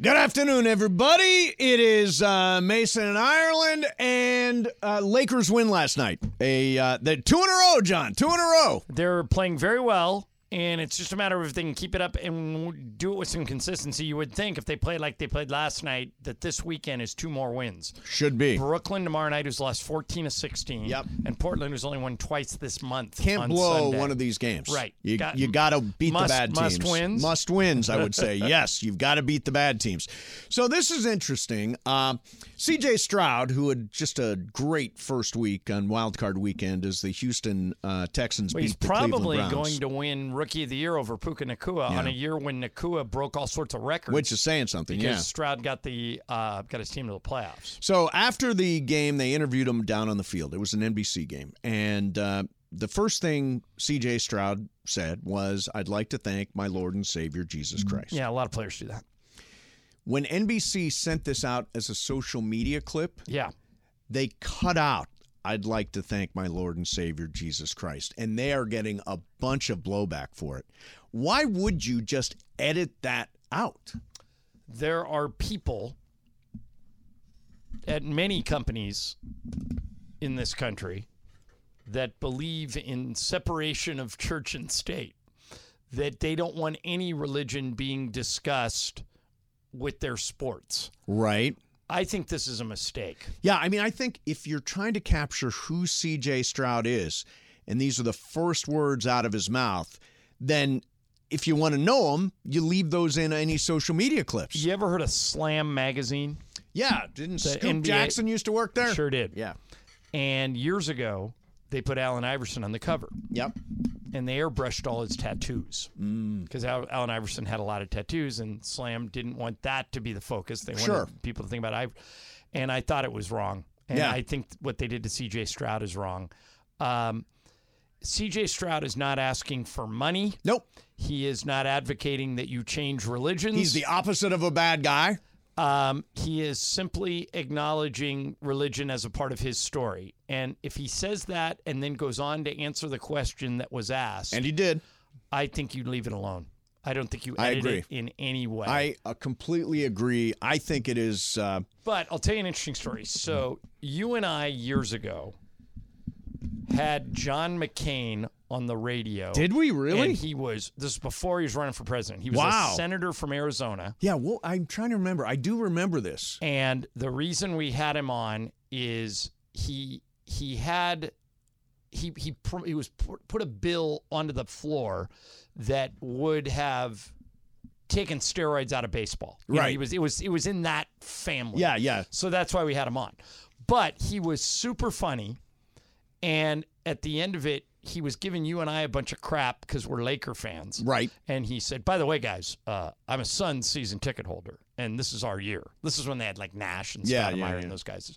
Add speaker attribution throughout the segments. Speaker 1: Good afternoon, everybody. It is uh, Mason in Ireland, and uh, Lakers win last night. A uh, the two in a row, John. Two in a row.
Speaker 2: They're playing very well, and it's just a matter of if they can keep it up and do it with some consistency. You would think if they played like they played last night, that this weekend is two more wins.
Speaker 1: Should be.
Speaker 2: Brooklyn tomorrow night, who's lost 14 to 16.
Speaker 1: Yep.
Speaker 2: And Portland, who's only won twice this month.
Speaker 1: Can't
Speaker 2: on
Speaker 1: blow
Speaker 2: Sunday.
Speaker 1: one of these games.
Speaker 2: Right.
Speaker 1: You
Speaker 2: Got-
Speaker 1: you got to beat
Speaker 2: must-
Speaker 1: the bad teams.
Speaker 2: must wins.
Speaker 1: Must wins. I would say yes. You've got to beat the bad teams. So this is interesting. Uh, C.J. Stroud, who had just a great first week on Wild Card Weekend, as the Houston uh, Texans
Speaker 2: Well,
Speaker 1: beat
Speaker 2: he's
Speaker 1: the
Speaker 2: probably
Speaker 1: Cleveland Browns,
Speaker 2: going to win Rookie of the Year over Puka Nakua on a year when Nakua broke all sorts of records.
Speaker 1: which is saying something.
Speaker 2: because
Speaker 1: yeah.
Speaker 2: Stroud got the uh, got his team to the playoffs.
Speaker 1: So after the game, they interviewed him down on the field. It was an NBC game, and uh, the first thing C.J. Stroud said was, "I'd like to thank my Lord and Savior Jesus Christ."
Speaker 2: Yeah, a lot of players do that.
Speaker 1: When NBC sent this out as a social media clip,
Speaker 2: Yeah.
Speaker 1: they cut out. I'd like to thank my Lord and Savior Jesus Christ. And they are getting a bunch of blowback for it. Why would you just edit that out?
Speaker 2: there are people at many companies in this country that believe in separation of church and state, that they don't want any religion being discussed with their sports.
Speaker 1: Right.
Speaker 2: I think this is a mistake.
Speaker 1: Yeah, I mean, I think if you're trying to capture who CJ Stroud is, and these are the first words out of his mouth, then if you want to know him, you leave those in any social media clips.
Speaker 2: You ever heard of Slam magazine?
Speaker 1: Yeah, didn't
Speaker 2: The
Speaker 1: Scoop
Speaker 2: NBA
Speaker 1: Jackson used to work there?
Speaker 2: Sure did.
Speaker 1: Yeah.
Speaker 2: And years ago, they put Allen Iverson on the cover.
Speaker 1: Yep.
Speaker 2: and they airbrushed all his tattoos
Speaker 1: Mm.
Speaker 2: because Al Allen Iverson had a lot of tattoos, and Slam didn't want that to be the focus. They wanted
Speaker 1: Sure.
Speaker 2: people to think about Iverson, and I thought it was wrong. And
Speaker 1: Yeah.
Speaker 2: I think what they did to C.J. Stroud is wrong. Um, C.J. Stroud is not asking for money.
Speaker 1: Nope.
Speaker 2: He is not advocating that you change religions.
Speaker 1: He's the opposite of a bad guy.
Speaker 2: Um, he is simply acknowledging religion as a part of his story. And if he says that and then goes on to answer the question that was asked,
Speaker 1: And he did.
Speaker 2: I think you leave it alone. I don't think you
Speaker 1: I
Speaker 2: edit it
Speaker 1: agree.
Speaker 2: in any way.
Speaker 1: I uh, completely agree. I think it is. Uh,
Speaker 2: but I'll tell you an interesting story. So you and I years ago had John McCain on the radio.
Speaker 1: we
Speaker 2: And he was this is before he was running for president. He was
Speaker 1: Wow.
Speaker 2: a senator from Arizona.
Speaker 1: yeah, well, I'm trying to remember. I do remember this.
Speaker 2: And the reason we had him on is he he had he he pr- he was put put a bill onto the floor that would have taken steroids out of baseball. You know,
Speaker 1: Right.
Speaker 2: he was it was it was in that family.
Speaker 1: Yeah, yeah.
Speaker 2: So that's why we had him on. But he was super funny. And at the end of it, he was giving you and I a bunch of crap because we're Laker fans.
Speaker 1: Right.
Speaker 2: And he said, by the way, guys, uh, I'm a Suns season ticket holder, and this is our year. This is when they had like Nash and
Speaker 1: Yeah,
Speaker 2: Stoudemire
Speaker 1: yeah, yeah.
Speaker 2: and those guys.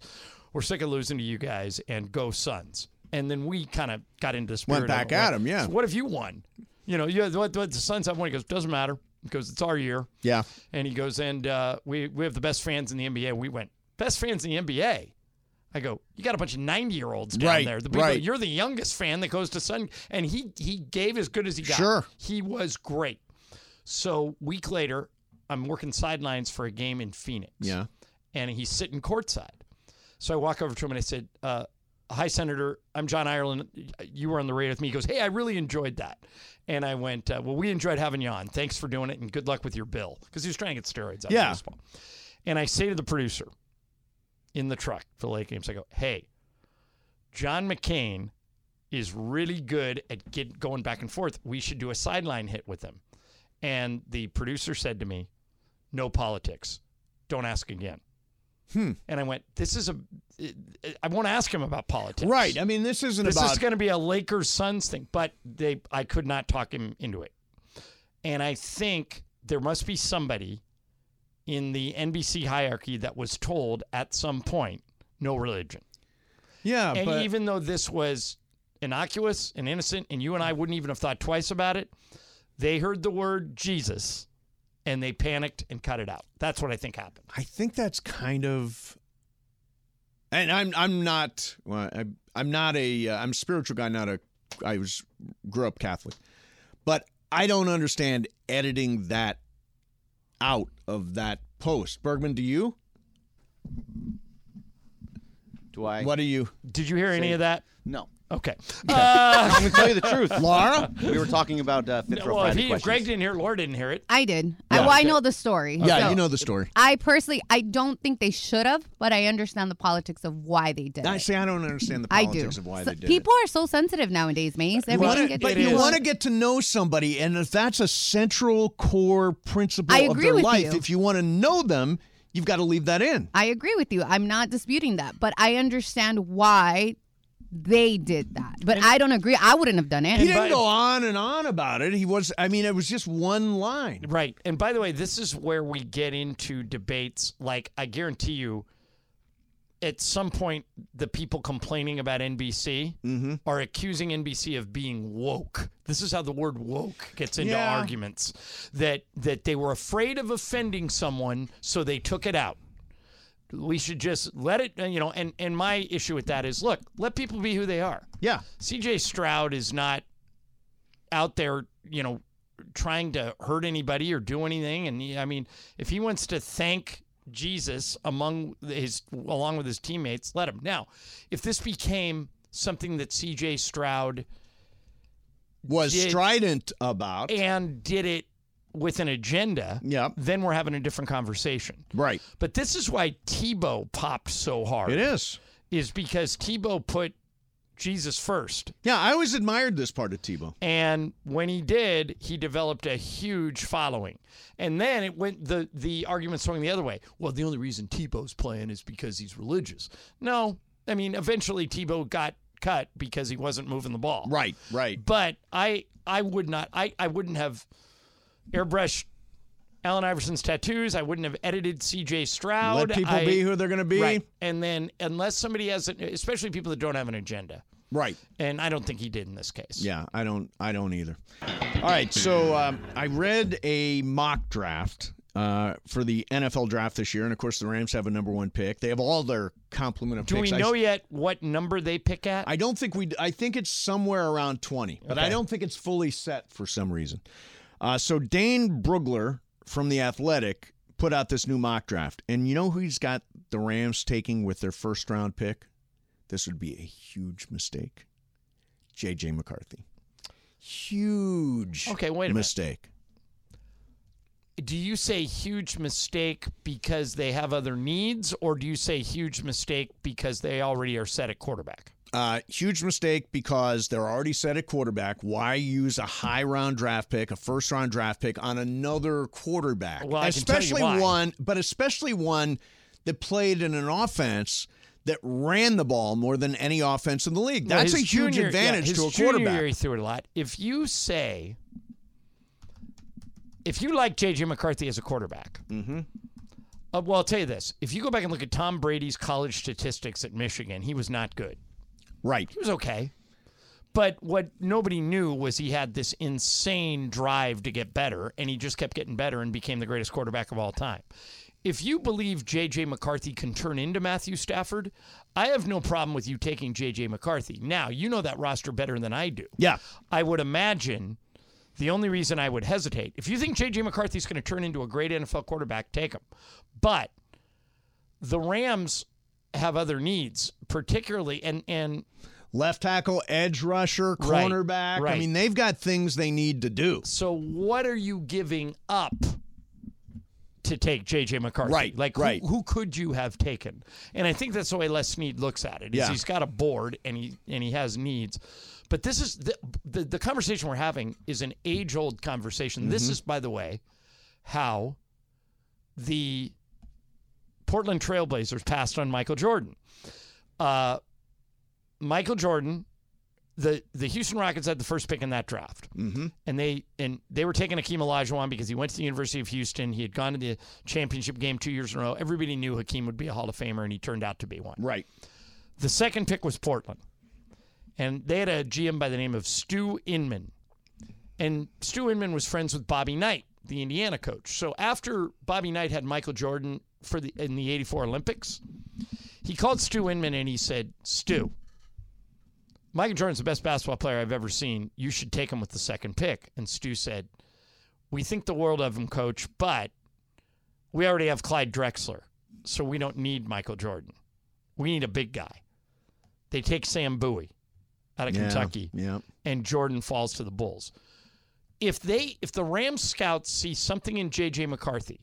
Speaker 2: We're sick of losing to you guys, and go Suns. And then we kind of got into this
Speaker 1: Went back at him, yeah.
Speaker 2: what if you won? You know, you what, what the Suns have won. He goes, doesn't matter. He goes, it's our year.
Speaker 1: Yeah.
Speaker 2: And he goes, and uh, we we have the best fans in the NBA. We went best fans in the NBA. I go, you got a bunch of ninety year olds down
Speaker 1: Right,
Speaker 2: there. The people,
Speaker 1: right.
Speaker 2: You're the youngest fan that goes to Sun, and he he gave as good as he got.
Speaker 1: Sure.
Speaker 2: he was great. So week later, I'm working sidelines for a game in Phoenix.
Speaker 1: Yeah.
Speaker 2: and he's sitting courtside. So I walk over to him and I said, uh, "Hi, Senator. I'm John Ireland. You were on the radio with me." He goes, "Hey, I really enjoyed that." And I went, uh, "Well, we enjoyed having you on. Thanks for doing it, and good luck with your bill." Because he was trying to get steroids out
Speaker 1: Yeah.
Speaker 2: of baseball. And I say to the producer in the truck for the late games, I go, "Hey, John McCain is really good at get going back and forth. We should do a sideline hit with him." And the producer said to me, "No politics. Don't ask again."
Speaker 1: Hmm,
Speaker 2: And I went, "This is a. I won't ask him about politics.
Speaker 1: Right. I mean, this isn't
Speaker 2: This
Speaker 1: about.
Speaker 2: is going to be a Lakers Suns thing." But they, I could not talk him into it. And I think there must be somebody in the NBC hierarchy that was told at some point, no religion.
Speaker 1: Yeah,
Speaker 2: And
Speaker 1: but
Speaker 2: even though this was innocuous and innocent, and you and I wouldn't even have thought twice about it, they heard the word Jesus and they panicked and cut it out. That's what I think happened.
Speaker 1: I think that's kind of. And I'm I'm not well, I, I'm not a uh, I'm a spiritual guy, not a I was grew up Catholic, but I don't understand editing that out of that post. Bergman, do you?
Speaker 3: Do I?
Speaker 1: what are you?
Speaker 2: Did you hear any of that?
Speaker 3: No.
Speaker 2: Okay. Uh,
Speaker 3: I'm going to tell you the truth.
Speaker 1: Laura?
Speaker 3: We were talking about uh, Fit for a
Speaker 2: well, if
Speaker 3: Friday
Speaker 2: he, if
Speaker 3: questions.
Speaker 2: Greg didn't hear, it, Laura didn't hear it.
Speaker 4: I did. I,
Speaker 1: Yeah.
Speaker 4: well, I know the story.
Speaker 1: Yeah,
Speaker 4: so-
Speaker 1: you know the story.
Speaker 4: I personally, I don't think they should have, but I understand the politics of why they did.
Speaker 1: I
Speaker 4: it.
Speaker 1: see. I don't understand the
Speaker 4: I
Speaker 1: politics
Speaker 4: do.
Speaker 1: of why
Speaker 4: So-
Speaker 1: they did
Speaker 4: people are so sensitive nowadays, Maze.
Speaker 1: it. You
Speaker 4: Everyone
Speaker 1: wanna-
Speaker 4: gets
Speaker 1: but
Speaker 2: it
Speaker 1: you
Speaker 2: is.
Speaker 1: want to get to know somebody, and if that's a central core principle
Speaker 4: I
Speaker 1: of
Speaker 4: agree
Speaker 1: their
Speaker 4: with
Speaker 1: life,
Speaker 4: you.
Speaker 1: if you want to know them, you've got to leave that in.
Speaker 4: I agree with you. I'm not disputing that, but I understand why they did that. But I don't agree. I wouldn't have done it.
Speaker 1: He didn't
Speaker 2: by-
Speaker 1: go on and on about it. He was, I mean, it was just one line.
Speaker 2: Right. And by the way, this is where we get into debates. Like, I guarantee you, at some point, the people complaining about NBC
Speaker 3: Mm-hmm.
Speaker 2: are accusing NBC of being woke. This is how the word woke gets into
Speaker 1: Yeah.
Speaker 2: arguments that that they were afraid of offending someone, so they took it out. We should just let it, you know. And and my issue with that is, look, let people be who they are.
Speaker 1: Yeah.
Speaker 2: CJ Stroud is not out there, you know, trying to hurt anybody or do anything. And he, I mean, if he wants to thank Jesus among his along with his teammates, let him. Now, if this became something that CJ Stroud
Speaker 1: Was
Speaker 2: Did-
Speaker 1: strident about.
Speaker 2: and did it with an agenda,
Speaker 1: Yep.
Speaker 2: then we're having a different conversation.
Speaker 1: Right.
Speaker 2: But this is why Tebow popped so hard.
Speaker 1: It is.
Speaker 2: is because Tebow put Jesus first.
Speaker 1: Yeah, I always admired this part of Tebow.
Speaker 2: and when he did, he developed a huge following. And then it went the the argument swung the other way. Well, the only reason Tebow's playing is because he's religious. No, I mean eventually Tebow got cut because he wasn't moving the ball.
Speaker 1: Right, right.
Speaker 2: But I I would not I I wouldn't have airbrushed Allen Iverson's tattoos. I wouldn't have edited C.J. Stroud.
Speaker 1: Let people
Speaker 2: I-
Speaker 1: be who they're going to be.
Speaker 2: Right. And then unless somebody has, an, especially people that don't have an agenda,
Speaker 1: right.
Speaker 2: and I don't think he did in this case.
Speaker 1: Yeah, I don't. I don't either. All right, so um, I read a mock draft uh, for the NFL draft this year, and of course the Rams have a number one pick. They have all their complement of
Speaker 2: Do
Speaker 1: picks.
Speaker 2: we
Speaker 1: I-
Speaker 2: know yet what number they pick at?
Speaker 1: I don't think we. I think it's somewhere around twenty, but I
Speaker 2: Okay.
Speaker 1: don't think it's fully set for some reason. Uh, so Dane Brugler from the Athletic put out this new mock draft, and you know who he's got the Rams taking with their first round pick? This would be a huge mistake. J.J. McCarthy, huge
Speaker 2: Okay, wait a minute.
Speaker 1: mistake.
Speaker 2: Do you say huge mistake because they have other needs, or do you say huge mistake because they already are set at quarterback?
Speaker 1: Uh, huge mistake because they're already set at quarterback. Why use a high round draft pick, a first round draft pick on another quarterback?
Speaker 2: Well, I can tell you
Speaker 1: especially
Speaker 2: why.
Speaker 1: one, but especially one that played in an offense that ran the ball more than any offense in the league. That's
Speaker 2: Well,
Speaker 1: a
Speaker 2: his
Speaker 1: huge
Speaker 2: junior-
Speaker 1: advantage
Speaker 2: yeah, his
Speaker 1: to a
Speaker 2: junior
Speaker 1: quarterback.
Speaker 2: Year he threw it a lot. If you say, if you like J.J. McCarthy as a quarterback,
Speaker 1: Mm-hmm.
Speaker 2: uh, well, I'll tell you this: if you go back and look at Tom Brady's college statistics at Michigan, he was not good.
Speaker 1: Right.
Speaker 2: He was okay. But what nobody knew was he had this insane drive to get better, and he just kept getting better and became the greatest quarterback of all time. If you believe J.J. McCarthy can turn into Matthew Stafford, I have no problem with you taking J.J. McCarthy. Now, you know that roster better than I do.
Speaker 1: Yeah.
Speaker 2: I would imagine the only reason I would hesitate, if you think J.J. McCarthy's going to turn into a great NFL quarterback, take him. But the Rams have other needs, particularly, and, and
Speaker 1: Left tackle, edge rusher,
Speaker 2: Right,
Speaker 1: cornerback. I
Speaker 2: right.
Speaker 1: mean, they've got things they need to do.
Speaker 2: So what are you giving up to take JJ McCarthy?
Speaker 1: Right,
Speaker 2: Like who-
Speaker 1: right.
Speaker 2: who, could you have taken? And I think that's the way Les Snead looks at it. Is
Speaker 1: Yeah.
Speaker 2: he's got a board and he and he has needs. But this is the the, the conversation we're having is an age old conversation.
Speaker 1: Mm-hmm.
Speaker 2: This is, by the way, how the Portland Trailblazers passed on Michael Jordan. Uh, Michael Jordan the the Houston Rockets had the first pick in that draft, mm-hmm. and they and they were taking Hakeem Olajuwon because he went to the University of Houston. He had gone to the championship game two years in a row. Everybody knew Hakeem would be a Hall of Famer, and he turned out to be one.
Speaker 1: Right.
Speaker 2: The second pick was Portland, and they had a GM by the name of Stu Inman, and Stu Inman was friends with Bobby Knight, the Indiana coach. So after Bobby Knight had Michael Jordan for the in the '84 Olympics, he called Stu Inman and he said, "Stu." Michael Jordan's the best basketball player I've ever seen. You should take him with the second pick. And Stu said, We think the world of him, coach, but we already have Clyde Drexler, so we don't need Michael Jordan. We need a big guy. They take Sam Bowie out of
Speaker 1: Yeah,
Speaker 2: Kentucky,
Speaker 1: Yeah.
Speaker 2: and Jordan falls to the Bulls. If they if the Rams scouts see something in JJ McCarthy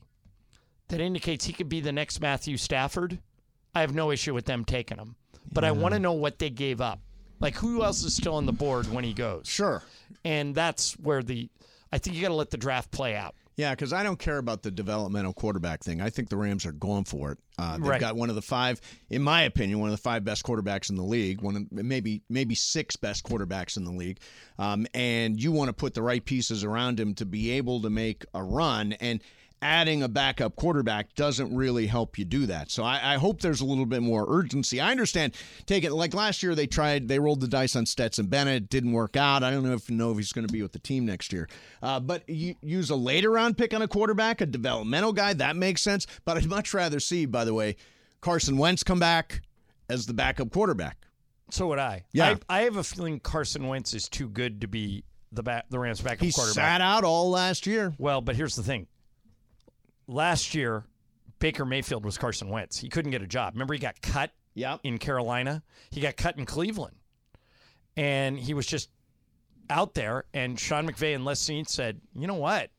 Speaker 2: that indicates he could be the next Matthew Stafford, I have no issue with them taking him. But I want to know what they gave up. Like who else is still on the board when he goes?
Speaker 1: Sure.
Speaker 2: And that's where the I think you got to let the draft play out.
Speaker 1: Yeah, because I don't care about the developmental quarterback thing. I think the Rams are going for it. Uh, they've
Speaker 2: Right.
Speaker 1: got one of the five, in my opinion, one of the five best quarterbacks in the league. One of maybe maybe six best quarterbacks in the league. Um, and you want to put the right pieces around him to be able to make a run. And adding a backup quarterback doesn't really help you do that. So I, I hope there's a little bit more urgency. I understand taking like last year they tried they rolled the dice on Stetson Bennett, it didn't work out. I don't know if know if he's going to be with the team next year. Uh, but you use a later round pick on a quarterback, a developmental guy that makes sense. But I'd much rather see, by the way, Carson Wentz come back as the backup quarterback.
Speaker 2: So would I.
Speaker 1: Yeah.
Speaker 2: I, I have a feeling Carson Wentz is too good to be the ba- the Rams backup
Speaker 1: He
Speaker 2: quarterback.
Speaker 1: sat out all last year.
Speaker 2: Well, but here's the thing. Last year, Baker Mayfield was Carson Wentz. He couldn't get a job. Remember, he got cut
Speaker 1: Yep.
Speaker 2: in Carolina. He got cut in Cleveland, and he was just out there. And Sean McVay and Les Snead said, "You know what?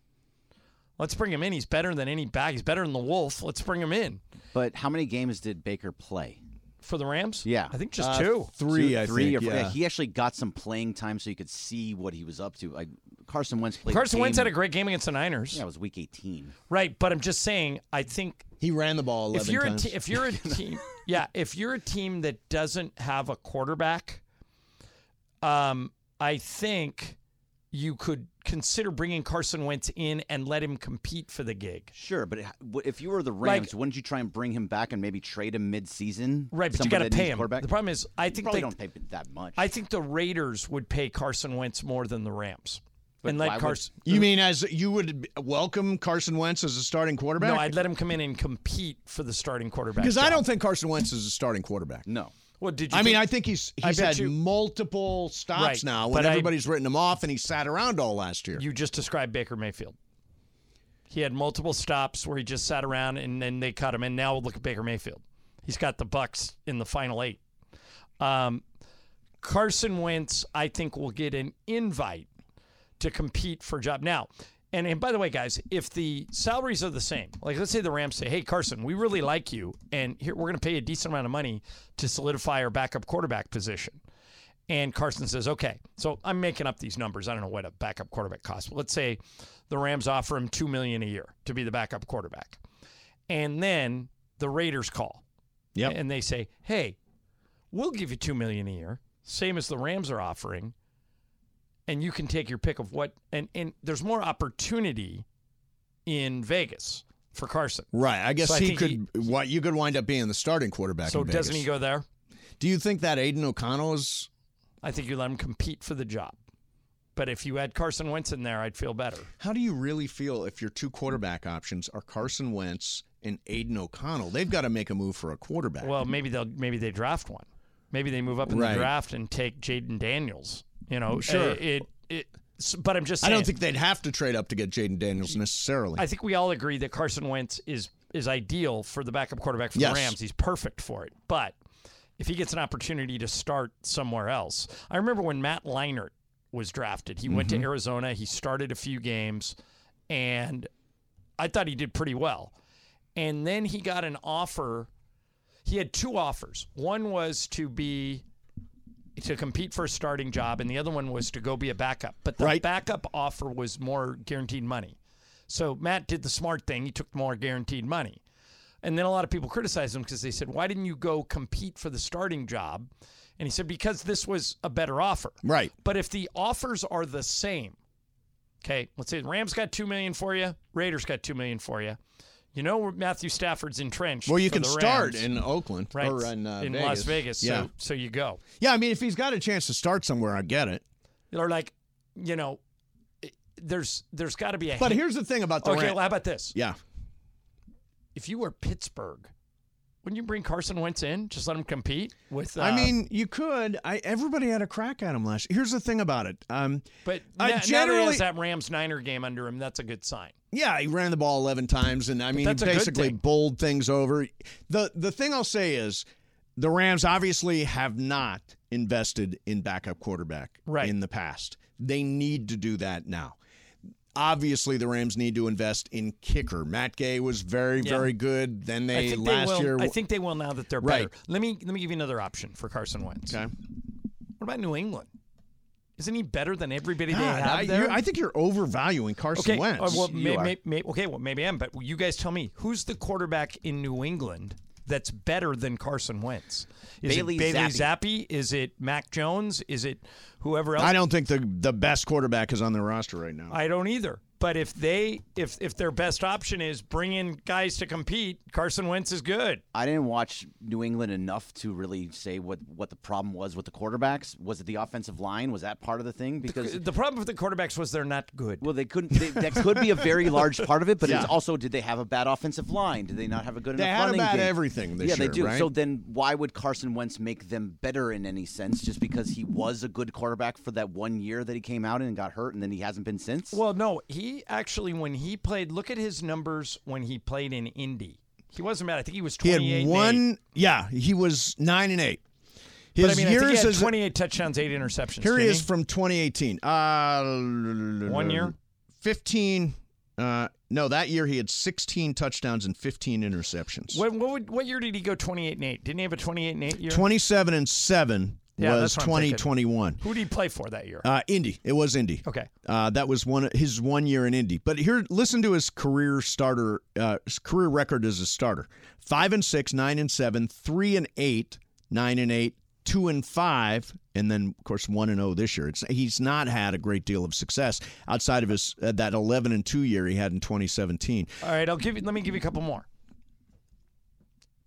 Speaker 2: Let's bring him in. He's better than any back. He's better than the Wolf. Let's bring him in
Speaker 3: But how many games did Baker play?
Speaker 2: for the Rams."
Speaker 3: Yeah.
Speaker 2: I think just
Speaker 3: Uh,
Speaker 2: two.
Speaker 1: Three,
Speaker 3: Two-
Speaker 1: I
Speaker 3: three
Speaker 1: think.
Speaker 3: or four.
Speaker 1: yeah.
Speaker 3: He actually got some playing time so you could see what he was up to. Like Carson Wentz played.
Speaker 2: Carson
Speaker 3: game,
Speaker 2: Wentz had a great game against the Niners,
Speaker 3: Yeah, it was week 18.
Speaker 2: right? But I'm just saying, I think
Speaker 1: He ran the ball 11
Speaker 2: if you're
Speaker 1: times.
Speaker 2: a te- if you're a team yeah if you're a team that doesn't have a quarterback um i think you could consider bringing carson wentz in and let him compete for the gig
Speaker 3: Sure, but h- w- if you were the
Speaker 2: Like-
Speaker 3: Rams, wouldn't you try and bring him back and maybe trade him mid-season?
Speaker 2: right but you
Speaker 3: Somebody
Speaker 2: got to
Speaker 3: that needs
Speaker 2: pay him
Speaker 3: Quarterback?
Speaker 2: the problem is i
Speaker 3: you
Speaker 2: think
Speaker 3: probably
Speaker 2: they,
Speaker 3: don't pay that much.
Speaker 2: i think the raiders would pay carson wentz more than the rams
Speaker 3: But
Speaker 2: and
Speaker 3: why
Speaker 2: let
Speaker 3: would-
Speaker 2: carson
Speaker 1: you mean as you would b- welcome Carson Wentz as a starting quarterback?
Speaker 2: no i'd let him come in and compete for the starting quarterback
Speaker 1: Because I
Speaker 2: job.
Speaker 1: don't think Carson Wentz is a starting quarterback.
Speaker 3: no.
Speaker 2: well did you
Speaker 1: I mean,
Speaker 2: think-
Speaker 1: I think he's
Speaker 2: I
Speaker 1: he's
Speaker 2: bet
Speaker 1: had
Speaker 2: you-
Speaker 1: multiple stops
Speaker 2: Right,
Speaker 1: now when
Speaker 2: but I-
Speaker 1: everybody's written him off, and he sat around all last year.
Speaker 2: You just described Baker Mayfield. He had multiple stops where he just sat around and then they cut him. And now look at Baker Mayfield. He's got the Bucks in the final eight. Um, Carson Wentz, I think, will get an invite to compete for a job now. And, and by the way, guys, if the salaries are the same, like let's say the Rams say, "Hey Carson, we really like you, and here we're going to pay you a decent amount of money to solidify our backup quarterback position," and Carson says, "Okay, so I'm making up these numbers. I don't know what a backup quarterback costs. But let's say the Rams offer him two million a year to be the backup quarterback, and then the Raiders call,
Speaker 1: Yep.
Speaker 2: and they say, "Hey, we'll give you two million a year, same as the Rams are offering." and you can take your pick of what and and there's more opportunity in Vegas for Carson.
Speaker 1: right. I guess
Speaker 2: So I
Speaker 1: he
Speaker 2: think
Speaker 1: could. what you could wind up being the starting quarterback.
Speaker 2: so
Speaker 1: in
Speaker 2: doesn't
Speaker 1: Vegas.
Speaker 2: he go there?
Speaker 1: Do you think that Aiden O'Connell is?
Speaker 2: I think you let him compete for the job. But if you had Carson Wentz in there, I'd feel better.
Speaker 1: How do you really feel if your two quarterback options are Carson Wentz and Aiden O'Connell? They've got to make a move for a quarterback.
Speaker 2: Well, maybe they'll maybe they draft one. Maybe they move up in
Speaker 1: Right.
Speaker 2: the draft and take Jaden Daniels. You know,
Speaker 1: Sure.
Speaker 2: It, it, it- s- but I'm just.
Speaker 1: I
Speaker 2: Saying,
Speaker 1: don't think they'd have to trade up to get Jaden Daniels necessarily.
Speaker 2: I think we all agree that Carson Wentz is is ideal for the backup quarterback for
Speaker 1: Yes.
Speaker 2: the Rams. He's perfect for it. But if he gets an opportunity to start somewhere else, I remember when Matt Leinart was drafted. He went to
Speaker 1: Mm-hmm.
Speaker 2: Arizona. He started a few games, and I thought he did pretty well. And then he got an offer. He had two offers. One was to be to compete for a starting job, and the other one was to go be a backup. But the
Speaker 1: Right.
Speaker 2: backup offer was more guaranteed money. So Matt did the smart thing. He took more guaranteed money. And then a lot of people criticized him because they said, why didn't you go compete for the starting job? And he said, because this was a better offer.
Speaker 1: Right.
Speaker 2: But if the offers are the same, okay, let's say the Rams got two million for you, Raiders got two million for you. You know Matthew Stafford's entrenched.
Speaker 1: Well, you
Speaker 2: for
Speaker 1: can
Speaker 2: the
Speaker 1: start
Speaker 2: Rams.
Speaker 1: in Oakland
Speaker 2: right
Speaker 1: or in, uh, Vegas.
Speaker 2: Las Vegas.
Speaker 1: Yeah.
Speaker 2: So so you go.
Speaker 1: yeah, I mean, if he's got a chance to start somewhere, I get it.
Speaker 2: Or like, you know, it- there's there's got to be a
Speaker 1: But
Speaker 2: hint.
Speaker 1: here's the thing about the
Speaker 2: okay.
Speaker 1: Ram-
Speaker 2: Well, how about this?
Speaker 1: Yeah.
Speaker 2: If you were Pittsburgh, wouldn't you bring Carson Wentz in? Just let him compete with. Uh,
Speaker 1: I mean, you could. I everybody had a crack at him last. Here's the thing about it. Um,
Speaker 2: but
Speaker 1: I
Speaker 2: now- now that he
Speaker 1: generally-
Speaker 2: has that Rams Niner game under him. That's a good sign.
Speaker 1: yeah, he ran the ball 11 times, and I mean, he
Speaker 2: that's a good
Speaker 1: basically
Speaker 2: thing.
Speaker 1: bowled things over. the The thing I'll say is, the Rams obviously have not invested in backup quarterback
Speaker 2: Right.
Speaker 1: in the past. They need to do that now. Obviously, the Rams need to invest in kicker. Matt Gay was very,
Speaker 2: Yeah.
Speaker 1: very good. Then
Speaker 2: I
Speaker 1: they
Speaker 2: think
Speaker 1: last
Speaker 2: they will.
Speaker 1: year.
Speaker 2: I think they will now that they're
Speaker 1: Right.
Speaker 2: better. Let me let me give you another option for Carson Wentz.
Speaker 1: Okay.
Speaker 2: What about New England? Isn't he better than everybody
Speaker 1: God,
Speaker 2: they have
Speaker 1: I, you-
Speaker 2: there?
Speaker 1: I think you're overvaluing Carson
Speaker 2: Okay.
Speaker 1: Wentz.
Speaker 2: uh, well,
Speaker 3: You
Speaker 2: may,
Speaker 3: are.
Speaker 2: may, may, okay. Well, maybe I'm. But you guys tell me who's the quarterback in New England that's better than Carson Wentz? Is
Speaker 3: Bailey
Speaker 2: it Bailey
Speaker 3: Zappi.
Speaker 2: Zappi? Is it Mac Jones? Is it whoever else?
Speaker 1: I don't think the the best quarterback is on the roster right now.
Speaker 2: I don't either. But if they, if if their best option is bring in guys to compete, Carson Wentz is good.
Speaker 3: I didn't watch New England enough to really say what, what the problem was with the quarterbacks. Was it the offensive line? Was that part of the thing? Because
Speaker 2: The problem with the quarterbacks was they're not good.
Speaker 3: Well, they couldn't. They, that could be a very large part of it, but it's also did they have a bad offensive line? Did they not have a good
Speaker 1: They
Speaker 3: enough
Speaker 1: had
Speaker 3: running
Speaker 1: about
Speaker 3: game?
Speaker 1: everything this
Speaker 3: yeah,
Speaker 1: year,
Speaker 3: they do.
Speaker 1: right?
Speaker 3: So then, why would Carson Wentz make them better in any sense? Just because he was a good quarterback for that one year that he came out and got hurt, and then he hasn't been since.
Speaker 2: Well, no, he actually when he played, look at his numbers when he played in Indy. He wasn't bad. I think he was
Speaker 1: He
Speaker 2: twenty-eight.
Speaker 1: had
Speaker 2: and eight.
Speaker 1: one. Yeah, he was nine and eight. His
Speaker 2: But I mean,
Speaker 1: years
Speaker 2: I think he had
Speaker 1: as a-
Speaker 2: 28 touchdowns, eight interceptions.
Speaker 1: here he
Speaker 2: didn't
Speaker 1: is from 2018. Uh,
Speaker 2: One year?
Speaker 1: 15. Uh, no, that year he had 16 touchdowns and 15 interceptions.
Speaker 2: What, what, would, what year did he go 28 and 8? Didn't he have a 28 and 8 year?
Speaker 1: 27 and seven
Speaker 2: Yeah,
Speaker 1: was
Speaker 2: that's what I'm thinking.
Speaker 1: 2021.
Speaker 2: Who did he play for that year?
Speaker 1: Uh, Indy. It was Indy.
Speaker 2: Okay.
Speaker 1: Uh, that was one his one year in Indy. But here, listen to his career starter, uh, his career record as a starter: five and six, nine and seven, three and eight, nine and eight, two and five, and then of course one and zero this year. It's, he's not had a great deal of success outside of his uh, that eleven and two year he had in 2017.
Speaker 2: All right, I'll give you. Let me give you a couple more.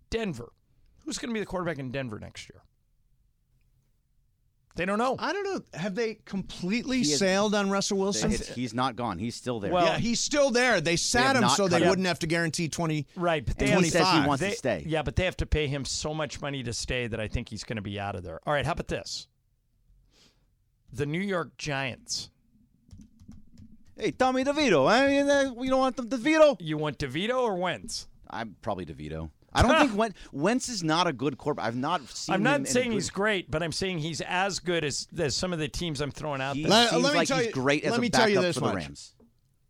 Speaker 2: Denver. Who's going to be the quarterback in Denver next year? They don't know.
Speaker 1: I don't know. Have they completely
Speaker 3: He is-
Speaker 1: sailed on Russell
Speaker 3: It's-
Speaker 1: Wilson?
Speaker 3: it's- he's not gone. He's still there.
Speaker 2: Well-
Speaker 1: yeah, he's still there. They sat
Speaker 3: have
Speaker 1: him
Speaker 3: not
Speaker 1: so they
Speaker 3: cut him.
Speaker 1: wouldn't have to guarantee 20.
Speaker 2: Right, but they
Speaker 1: And
Speaker 2: have
Speaker 1: he says he
Speaker 3: wants
Speaker 2: they-
Speaker 3: to stay.
Speaker 2: Yeah, but they have to pay him so much money to stay that I think he's going to be out of there. All right, how about this? The New York Giants.
Speaker 3: hey, Tommy DeVito. I mean, uh, you don't want them DeVito.
Speaker 2: You want DeVito or Wentz?
Speaker 3: I'm probably DeVito. I don't think Wentz, Wentz is not a good quarterback. I've not seen.
Speaker 2: I'm
Speaker 3: him in
Speaker 2: not
Speaker 3: a
Speaker 2: saying
Speaker 3: good-
Speaker 2: he's great, but I'm saying he's as good as, as some of the teams I'm throwing out
Speaker 3: He
Speaker 2: there.
Speaker 1: Let-
Speaker 3: seems
Speaker 1: let me
Speaker 3: like
Speaker 1: tell
Speaker 3: he's
Speaker 1: you-
Speaker 3: great as
Speaker 1: let
Speaker 3: a
Speaker 1: me
Speaker 3: backup
Speaker 1: tell you this
Speaker 3: for the
Speaker 1: much.
Speaker 3: Rams.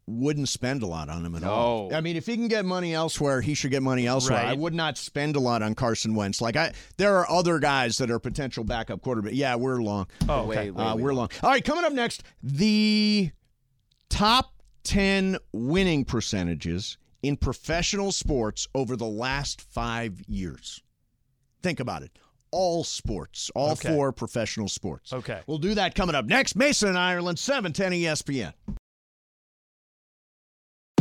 Speaker 1: wouldn't spend a lot on him at all. I mean, if he can get money elsewhere, he should get money elsewhere.
Speaker 2: Right.
Speaker 1: I would not spend a lot on Carson Wentz. Like I, there are other guys that are potential backup quarterback. Yeah, we're long.
Speaker 2: Oh,
Speaker 3: Way,
Speaker 2: okay.
Speaker 3: way,
Speaker 1: uh,
Speaker 3: way
Speaker 1: we're long. All right, coming up next, the top ten winning percentages in professional sports over the last five years. Think about it. All sports, all
Speaker 2: Okay.
Speaker 1: four professional sports.
Speaker 2: Okay.
Speaker 1: We'll do that coming up next. Mason, Ireland, E 710 ESPN.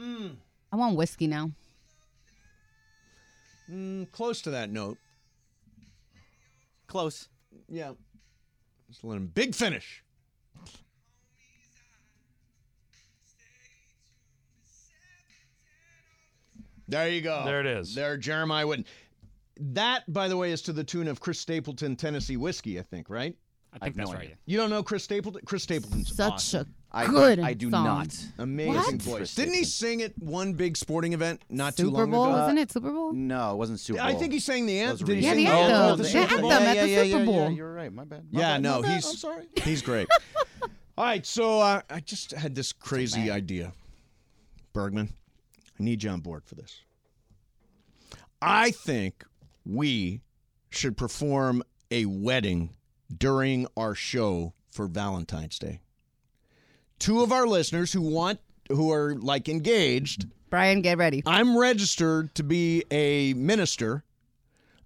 Speaker 4: I want whiskey now.
Speaker 1: Mm, close to that note.
Speaker 3: Close.
Speaker 1: Yeah. Just let him big finish. There you go.
Speaker 2: There it is.
Speaker 1: There, Jeremiah Witten. That, by the way, is to the tune of Chris Stapleton, Tennessee Whiskey, I think, right?
Speaker 5: I think that's right.
Speaker 1: You don't know Chris Stapleton? Chris Stapleton's
Speaker 4: Such
Speaker 3: I,
Speaker 4: a good
Speaker 3: I do
Speaker 4: song.
Speaker 3: not.
Speaker 1: amazing
Speaker 4: What?
Speaker 1: voice. Didn't he sing at one big sporting event not too
Speaker 4: Super
Speaker 1: long
Speaker 4: Bowl,
Speaker 1: ago?
Speaker 4: wasn't it Super Bowl?
Speaker 3: No, it wasn't Super Bowl.
Speaker 1: I think he sang the
Speaker 3: Those
Speaker 1: anthem. Did he
Speaker 3: were
Speaker 1: sing
Speaker 4: Yeah,
Speaker 3: recent.
Speaker 4: the
Speaker 1: Oh,
Speaker 4: anthem.
Speaker 1: the
Speaker 4: The anthem
Speaker 1: Bowl?
Speaker 4: at the
Speaker 3: yeah,
Speaker 4: Super
Speaker 3: yeah,
Speaker 4: Bowl.
Speaker 3: Yeah, you're right. My bad. My
Speaker 1: Yeah,
Speaker 3: bad,
Speaker 1: no,
Speaker 3: my bad.
Speaker 1: he's
Speaker 3: I'm sorry.
Speaker 1: He's great. All right, so uh, I just had this crazy idea, Bergman. I need you on board for this. I think we should perform a wedding during our show for Valentine's Day. Two of our listeners who want who are like engaged
Speaker 4: Brian, get ready.
Speaker 1: I'm registered to be a minister,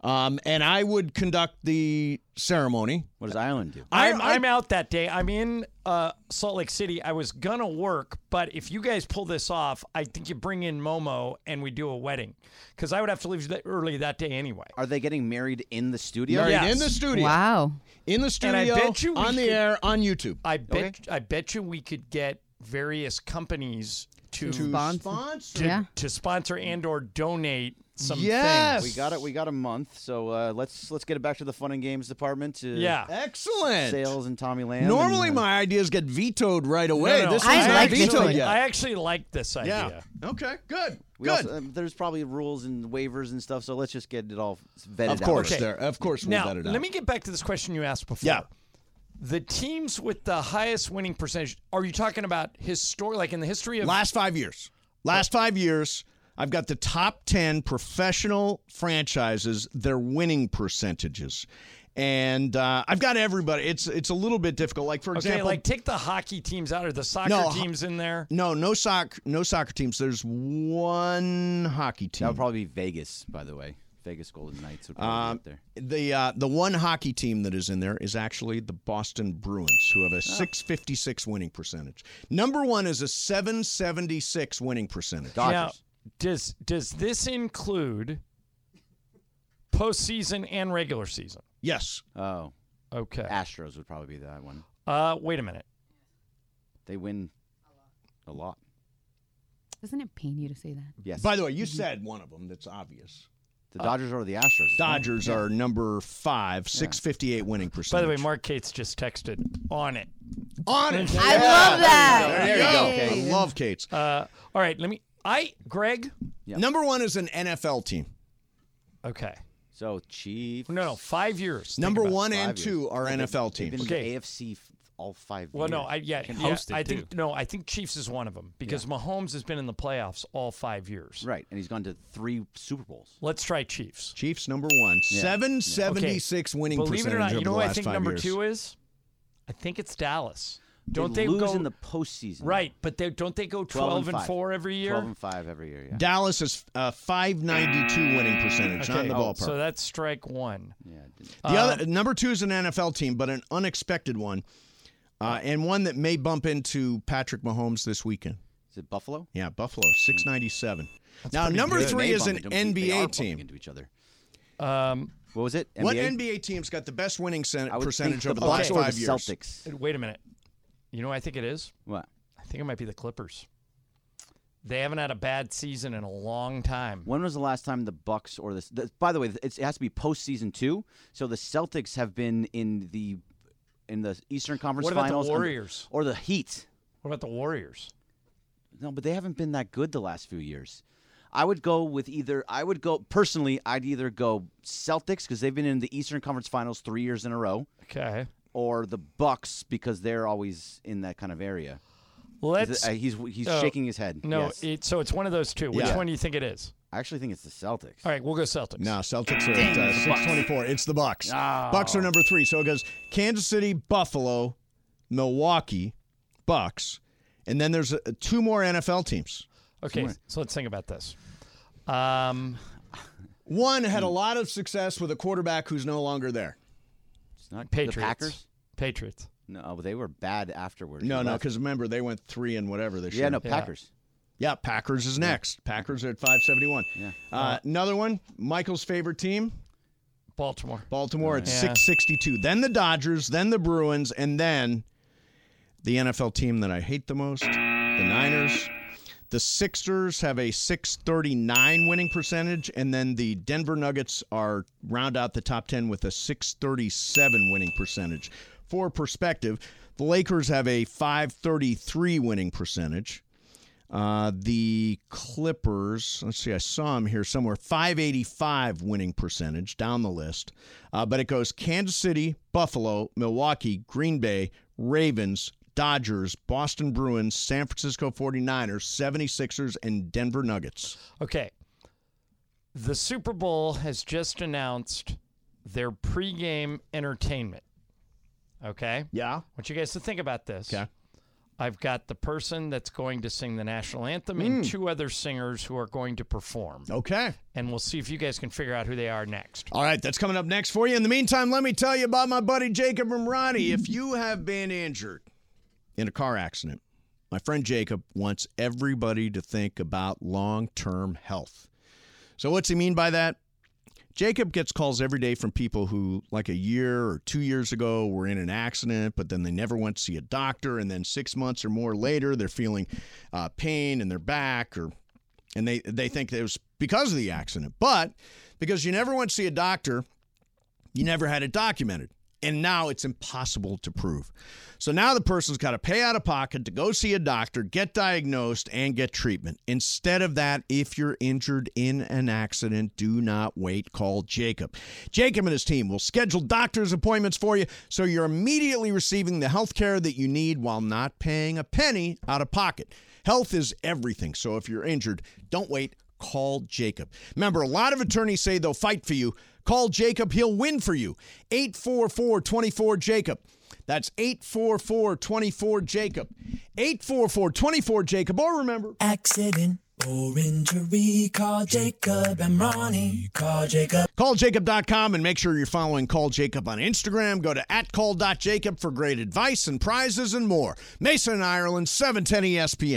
Speaker 1: um, and I would conduct the ceremony.
Speaker 3: What does Ireland do?
Speaker 2: I'm,
Speaker 1: I-
Speaker 2: I'm out that day. I'm in uh, Salt Lake City. I was gonna work, but if you guys pull this off, I think you bring in Momo and we do a wedding, because I would have to leave that early that day anyway.
Speaker 3: Are they getting married in the studio?
Speaker 1: Married
Speaker 2: Yes.
Speaker 1: in the studio,
Speaker 4: Wow.
Speaker 1: in the
Speaker 2: And I
Speaker 1: studio,
Speaker 2: bet you we
Speaker 1: on the
Speaker 2: could-
Speaker 1: air, on YouTube.
Speaker 2: I bet I bet you we could get various companies to to,
Speaker 4: Sponsor.
Speaker 1: Sponsor.
Speaker 4: Yeah.
Speaker 2: sponsor and or donate some
Speaker 1: Yes.
Speaker 3: We got it. We got a month. So uh, let's let's get it back to the fun and games department to
Speaker 2: things. Yeah.
Speaker 1: Excellent.
Speaker 3: sales and Tommy Lamb.
Speaker 1: Normally,
Speaker 3: and, uh,
Speaker 1: my ideas get vetoed right away.
Speaker 2: No, no,
Speaker 1: This
Speaker 4: I
Speaker 1: one's not
Speaker 4: like this
Speaker 1: vetoed
Speaker 4: one.
Speaker 1: yet.
Speaker 2: I actually like this
Speaker 1: yeah.
Speaker 2: idea.
Speaker 1: Okay. Good.
Speaker 3: we
Speaker 1: Good.
Speaker 3: also- uh, there's probably rules and waivers and stuff. So let's just get it all vetted
Speaker 1: of course,
Speaker 3: out.
Speaker 1: there. Of course, we'll
Speaker 2: Now,
Speaker 1: vet it out.
Speaker 2: let me get back to this question you asked before.
Speaker 1: Yeah.
Speaker 2: The teams with the highest winning percentage, are you talking about history, like in the history of
Speaker 1: Last five years. Last five years, I've got the top 10 professional franchises, their winning percentages. And uh, I've got everybody. It's it's a little bit difficult. Like for
Speaker 2: Okay,
Speaker 1: example,
Speaker 2: like take the hockey teams out or the soccer
Speaker 1: No, ho-
Speaker 2: teams in there.
Speaker 1: no no soc no soccer teams. There's one hockey
Speaker 3: That
Speaker 1: team.
Speaker 3: would probably be Vegas, by the way. Vegas Golden Knights would probably be up there.
Speaker 1: the uh, the one hockey team that is in there is actually the Boston Bruins, who have
Speaker 2: Oh.
Speaker 1: a 656 winning percentage. Number one is a 776 winning percentage.
Speaker 2: Now,
Speaker 3: Dodgers.
Speaker 2: does does this include postseason and regular season?
Speaker 1: Yes,
Speaker 3: Oh,
Speaker 2: Okay.
Speaker 3: Astros would probably be that one.
Speaker 2: Uh, wait a minute.
Speaker 3: They win a lot.
Speaker 4: Doesn't it pain you to say that?
Speaker 3: Yes.
Speaker 1: By the way, you said one of them that's obvious.
Speaker 3: the Dodgers or the Astros?
Speaker 1: Dodgers are number five, 658 winning percentage.
Speaker 2: By the way, Mark Cates just texted on it.
Speaker 1: on it.
Speaker 4: I love that.
Speaker 1: There you go.
Speaker 4: Yay.
Speaker 1: I love Kate's.
Speaker 2: Uh, all right, let me. I Greg.
Speaker 1: Number one is an NFL team.
Speaker 2: Okay.
Speaker 3: So Chiefs.
Speaker 2: No, no, five years. Think
Speaker 1: Number
Speaker 2: about it.
Speaker 1: one and
Speaker 3: five years.
Speaker 1: two are NFL
Speaker 3: They've been
Speaker 1: teams.
Speaker 3: in the
Speaker 2: Okay.
Speaker 3: AFC f- all five.
Speaker 2: Well, no,
Speaker 3: years.
Speaker 2: I yeah,
Speaker 5: Can
Speaker 2: yeah,
Speaker 5: host it,
Speaker 2: I think
Speaker 5: too.
Speaker 2: no, I think Chiefs is one of them because Mahomes has been in the playoffs all five years.
Speaker 3: right, and he's gone to three Super Bowls.
Speaker 2: Let's try Chiefs.
Speaker 1: Chiefs number one,
Speaker 3: Yeah.
Speaker 1: 776 winning
Speaker 2: Believe it
Speaker 1: percentage
Speaker 2: or not,
Speaker 1: over
Speaker 2: you know
Speaker 1: the
Speaker 2: what I
Speaker 1: last
Speaker 2: think
Speaker 1: five
Speaker 2: number
Speaker 1: years.
Speaker 2: two is? I think it's Dallas. Don't they,
Speaker 3: lose
Speaker 2: go
Speaker 3: in the postseason?
Speaker 2: right? But they don't they go
Speaker 3: 12
Speaker 2: twelve, and,
Speaker 3: five.
Speaker 2: four every year.
Speaker 3: Twelve and five every year. Yeah.
Speaker 1: Dallas is uh, 592 winning percentage on the
Speaker 2: Okay, oh,
Speaker 1: ballpark.
Speaker 2: So uh, that's strike one.
Speaker 3: yeah it didn't-
Speaker 1: the other number two is an NFL team, but an unexpected one, uh, and one that may bump into Patrick Mahomes this weekend.
Speaker 3: is it Buffalo?
Speaker 1: Yeah, Buffalo, 697. now,
Speaker 2: pretty
Speaker 1: number
Speaker 2: good.
Speaker 1: three
Speaker 3: They
Speaker 1: is an
Speaker 3: bumped into- they are
Speaker 1: NBA
Speaker 3: bumping
Speaker 1: team.
Speaker 3: into each other.
Speaker 2: Um,
Speaker 3: What was it? NBA?
Speaker 1: What NBA team's got the best winning cent-
Speaker 3: I would
Speaker 1: percentage
Speaker 3: think
Speaker 1: over
Speaker 3: the
Speaker 1: the
Speaker 3: Bucks
Speaker 1: last
Speaker 3: or
Speaker 1: five
Speaker 3: the
Speaker 1: years?
Speaker 3: Celtics.
Speaker 2: wait a minute. You know, what I think it is.
Speaker 3: What?
Speaker 2: I think it might be the Clippers. They haven't had a bad season in a long time.
Speaker 3: When was the last time the Bucks or the, the By the way, it's, it has to be postseason two. So the Celtics have been in the in the Eastern Conference
Speaker 2: What about the
Speaker 3: Finals and-
Speaker 2: Warriors?
Speaker 3: or the Heat.
Speaker 2: What about the Warriors?
Speaker 3: No, but they haven't been that good the last few years. I would go with either. I would go personally. I'd either go Celtics because they've been in the Eastern Conference Finals three years in a row,
Speaker 2: Okay.
Speaker 3: or the Bucks because they're always in that kind of area. Is
Speaker 2: Let's.
Speaker 3: it- uh, he's he's
Speaker 2: oh,
Speaker 3: shaking his head.
Speaker 2: no,
Speaker 3: Yes.
Speaker 2: it, so it's one of those two. Which
Speaker 1: Yeah.
Speaker 2: one do you think it is?
Speaker 3: I actually think it's the Celtics.
Speaker 2: All right, we'll go Celtics.
Speaker 1: No, Celtics are at uh, 624. It's the Oh. Bucks. Bucks are number three. So it goes Kansas City, Buffalo, Milwaukee, Bucks. And then there's uh, two more NFL teams.
Speaker 2: Okay, so let's think about this. Um,
Speaker 1: One had a lot of success with a quarterback who's no longer there.
Speaker 3: It's not
Speaker 2: Patriots.
Speaker 3: the Packers.
Speaker 2: Patriots.
Speaker 3: No, they were bad afterwards.
Speaker 1: No,
Speaker 3: They
Speaker 1: no,
Speaker 3: left.
Speaker 1: because remember, they went three and whatever this
Speaker 3: yeah,
Speaker 1: year.
Speaker 3: no
Speaker 2: Yeah.
Speaker 3: Packers.
Speaker 1: Yeah, Packers is next. Packers are at 571. Yeah. Uh, another one, Michael's favorite team,
Speaker 2: Baltimore.
Speaker 1: Baltimore at
Speaker 2: Yeah.
Speaker 1: 662. Then the Dodgers, then the Bruins, and then the NFL team that I hate the most, the Niners. The Sixers have a 639 winning percentage, and then the Denver Nuggets are round out the top 10 with a 637 winning percentage. For perspective, the Lakers have a 533 winning percentage. Uh, the Clippers, let's see, I saw him here somewhere, 585 winning percentage down the list. Uh, but it goes Kansas City, Buffalo, Milwaukee, Green Bay, Ravens, Dodgers, Boston Bruins, San Francisco 49ers, 76ers, and Denver Nuggets.
Speaker 2: Okay. The Super Bowl has just announced their pregame entertainment. Okay.
Speaker 1: Yeah.
Speaker 2: I want you guys to think about this.
Speaker 1: Okay.
Speaker 2: I've got the person that's going to sing the national anthem and two other singers who are going to perform.
Speaker 1: Okay.
Speaker 2: And we'll see if you guys can figure out who they are next.
Speaker 1: All right, that's coming up next for you. In the meantime, let me tell you about my buddy Jacob Imrani. If you have been injured in a car accident, my friend Jacob wants everybody to think about long term health. So, what's he mean by that? Jacob gets calls every day from people who, like a year or two years ago, were in an accident, but then they never went to see a doctor. And then six months or more later, they're feeling uh, pain in their back or and they they think it was because of the accident. But because you never went to see a doctor, you never had it documented. And now it's impossible to prove. So now the person's got to pay out of pocket to go see a doctor, get diagnosed, and get treatment. Instead of that, if you're injured in an accident, do not wait. Call Jacob. Jacob and his team will schedule doctor's appointments for you so you're immediately receiving the health care that you need while not paying a penny out of pocket. Health is everything. So if you're injured, don't wait. Call Jacob. Remember, a lot of attorneys say they'll fight for you. Call Jacob, he'll win for you. 844 24 Jacob. That's 844 24 Jacob. 844 24 Jacob. Or remember,
Speaker 5: accident or injury, call Jacob and Ronnie. Call Jacob.
Speaker 1: calljacob.com and make sure you're following Call Jacob on Instagram. Go to at call.jacob for great advice and prizes and more. Mason, Ireland, E 710 ESPN.